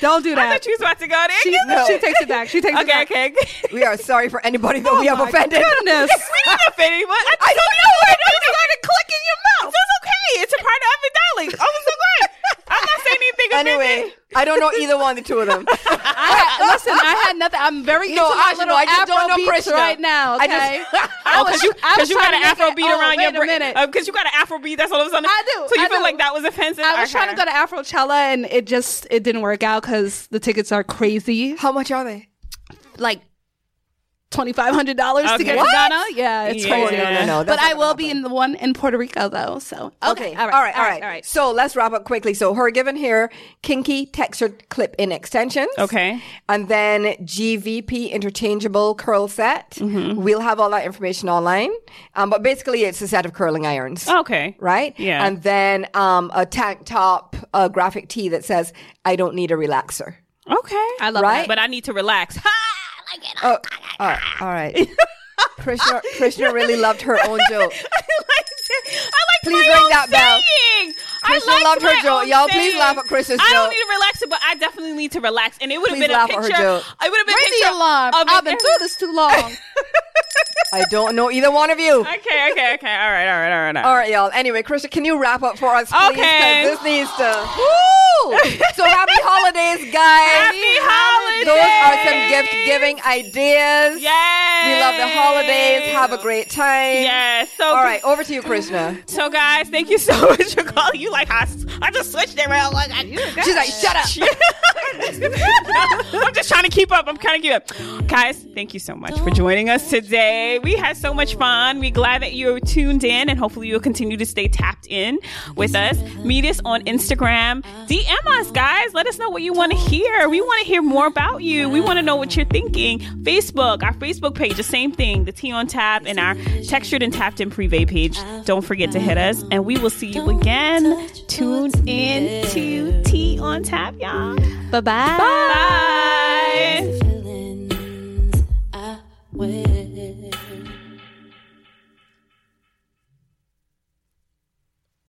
[SPEAKER 9] Don't do
[SPEAKER 7] I
[SPEAKER 9] that.
[SPEAKER 7] thought you was about to go there.
[SPEAKER 9] She, she takes it back. She takes it
[SPEAKER 7] okay,
[SPEAKER 9] back. Oh
[SPEAKER 7] okay.
[SPEAKER 8] we are sorry for anybody
[SPEAKER 7] Oh
[SPEAKER 8] that we have
[SPEAKER 9] my
[SPEAKER 8] offended.
[SPEAKER 9] goodness.
[SPEAKER 7] we didn't offend anyone. I,
[SPEAKER 8] I don't know.
[SPEAKER 7] started clicking your mouth. It's okay. It's a part of the dialect. Oh, nigga
[SPEAKER 8] Anyway, I don't know either one, of the two of them.
[SPEAKER 9] I had, listen, I had nothing. I'm very
[SPEAKER 8] No,
[SPEAKER 9] into my
[SPEAKER 8] I-
[SPEAKER 9] little
[SPEAKER 8] no, I just
[SPEAKER 9] Afro
[SPEAKER 8] don't know
[SPEAKER 9] beats
[SPEAKER 8] Krishna.
[SPEAKER 9] right now.
[SPEAKER 8] I
[SPEAKER 9] Okay,
[SPEAKER 8] just-
[SPEAKER 9] I
[SPEAKER 7] because you,
[SPEAKER 9] I was
[SPEAKER 7] 'cause you
[SPEAKER 9] trying
[SPEAKER 7] got
[SPEAKER 9] to
[SPEAKER 7] an
[SPEAKER 9] make
[SPEAKER 7] Afro
[SPEAKER 9] it-
[SPEAKER 7] beat
[SPEAKER 9] oh,
[SPEAKER 7] around your
[SPEAKER 9] wait a
[SPEAKER 7] brain.
[SPEAKER 9] minute.
[SPEAKER 7] Because you got an Afro beat. That's all of a sudden.
[SPEAKER 9] I do,
[SPEAKER 7] So you
[SPEAKER 9] I
[SPEAKER 7] feel
[SPEAKER 9] do.
[SPEAKER 7] like that was offensive.
[SPEAKER 9] I was
[SPEAKER 7] Okay.
[SPEAKER 9] trying to go to Afro Cella and it just it didn't work out because the tickets are crazy.
[SPEAKER 8] How much are they?
[SPEAKER 9] Like twenty five hundred dollars
[SPEAKER 7] Okay.
[SPEAKER 9] to get
[SPEAKER 7] What?
[SPEAKER 9] to Ghana. Yeah, it's
[SPEAKER 7] Yeah.
[SPEAKER 9] crazy.
[SPEAKER 7] No, no,
[SPEAKER 8] no,
[SPEAKER 9] but
[SPEAKER 8] that's
[SPEAKER 9] I
[SPEAKER 8] not
[SPEAKER 9] will
[SPEAKER 8] gonna
[SPEAKER 9] be
[SPEAKER 8] happen.
[SPEAKER 9] in the one in Puerto Rico though. So
[SPEAKER 8] Okay. All right. All right. All right. So let's wrap up quickly. So her given here, kinky textured clip in extensions.
[SPEAKER 7] Okay.
[SPEAKER 8] And then GVP interchangeable curl set.
[SPEAKER 7] Mm-hmm.
[SPEAKER 8] We'll have all that information online. Um, but basically, it's a set of curling irons.
[SPEAKER 7] Okay.
[SPEAKER 8] Right?
[SPEAKER 7] Oh, Yeah.
[SPEAKER 8] And then um, a tank top, a graphic tee that says, I don't need a relaxer.
[SPEAKER 7] Okay. I
[SPEAKER 9] love
[SPEAKER 8] Right? that.
[SPEAKER 7] But I need to relax. Ha! I like it.
[SPEAKER 8] Oh, all right. All right. Krishna, Krishna really loved her own joke.
[SPEAKER 7] I liked it. I liked
[SPEAKER 8] Please
[SPEAKER 7] my
[SPEAKER 8] ring
[SPEAKER 7] own
[SPEAKER 8] that bell.
[SPEAKER 7] saying.
[SPEAKER 8] Krishna
[SPEAKER 7] I liked
[SPEAKER 8] loved her
[SPEAKER 7] my
[SPEAKER 8] joke.
[SPEAKER 7] own
[SPEAKER 8] Y'all, please
[SPEAKER 7] saying.
[SPEAKER 8] laugh at Krishna's
[SPEAKER 7] I don't
[SPEAKER 8] joke.
[SPEAKER 7] need to relax it, but I definitely need to relax. And it would have
[SPEAKER 8] Please
[SPEAKER 7] been a
[SPEAKER 8] laugh at her
[SPEAKER 7] picture.
[SPEAKER 8] joke.
[SPEAKER 7] It would have been a
[SPEAKER 9] Ring
[SPEAKER 7] picture
[SPEAKER 9] the alarm.
[SPEAKER 7] of
[SPEAKER 9] I've been through this too long.
[SPEAKER 8] I don't know either one of you.
[SPEAKER 7] Okay, okay, okay. All right, all right, all right.
[SPEAKER 8] All right, y'all. Anyway, Krishna, can you wrap up for us, please? 'Cause
[SPEAKER 7] Okay.
[SPEAKER 8] This needs to. Woo! so happy holidays, guys.
[SPEAKER 7] Happy holidays.
[SPEAKER 8] Those are some gift giving ideas.
[SPEAKER 7] Yes.
[SPEAKER 8] We love the holidays. Have a great time.
[SPEAKER 7] Yes. So
[SPEAKER 8] All right, over to you, Krishna.
[SPEAKER 7] So guys, thank you so much for calling. You like I, I just switched it around. Like I,
[SPEAKER 8] She's like, shut up.
[SPEAKER 7] I'm just trying to keep up. I'm trying to keep up. Guys, thank you so much for joining us today. We had so much fun. We're glad that you're tuned in and hopefully you'll continue to stay tapped in with us. Meet us on Instagram. DM us, guys. Let us know what you want to hear. We want to hear more about you. We want to know what you're thinking. Facebook, our Facebook page, the same thing. The Tea on Tap and our Textured and Tapped in Privé page. Don't forget to hit us and we will see you again. Tune in to Tea on Tap, y'all.
[SPEAKER 9] Bye-bye.
[SPEAKER 7] Bye.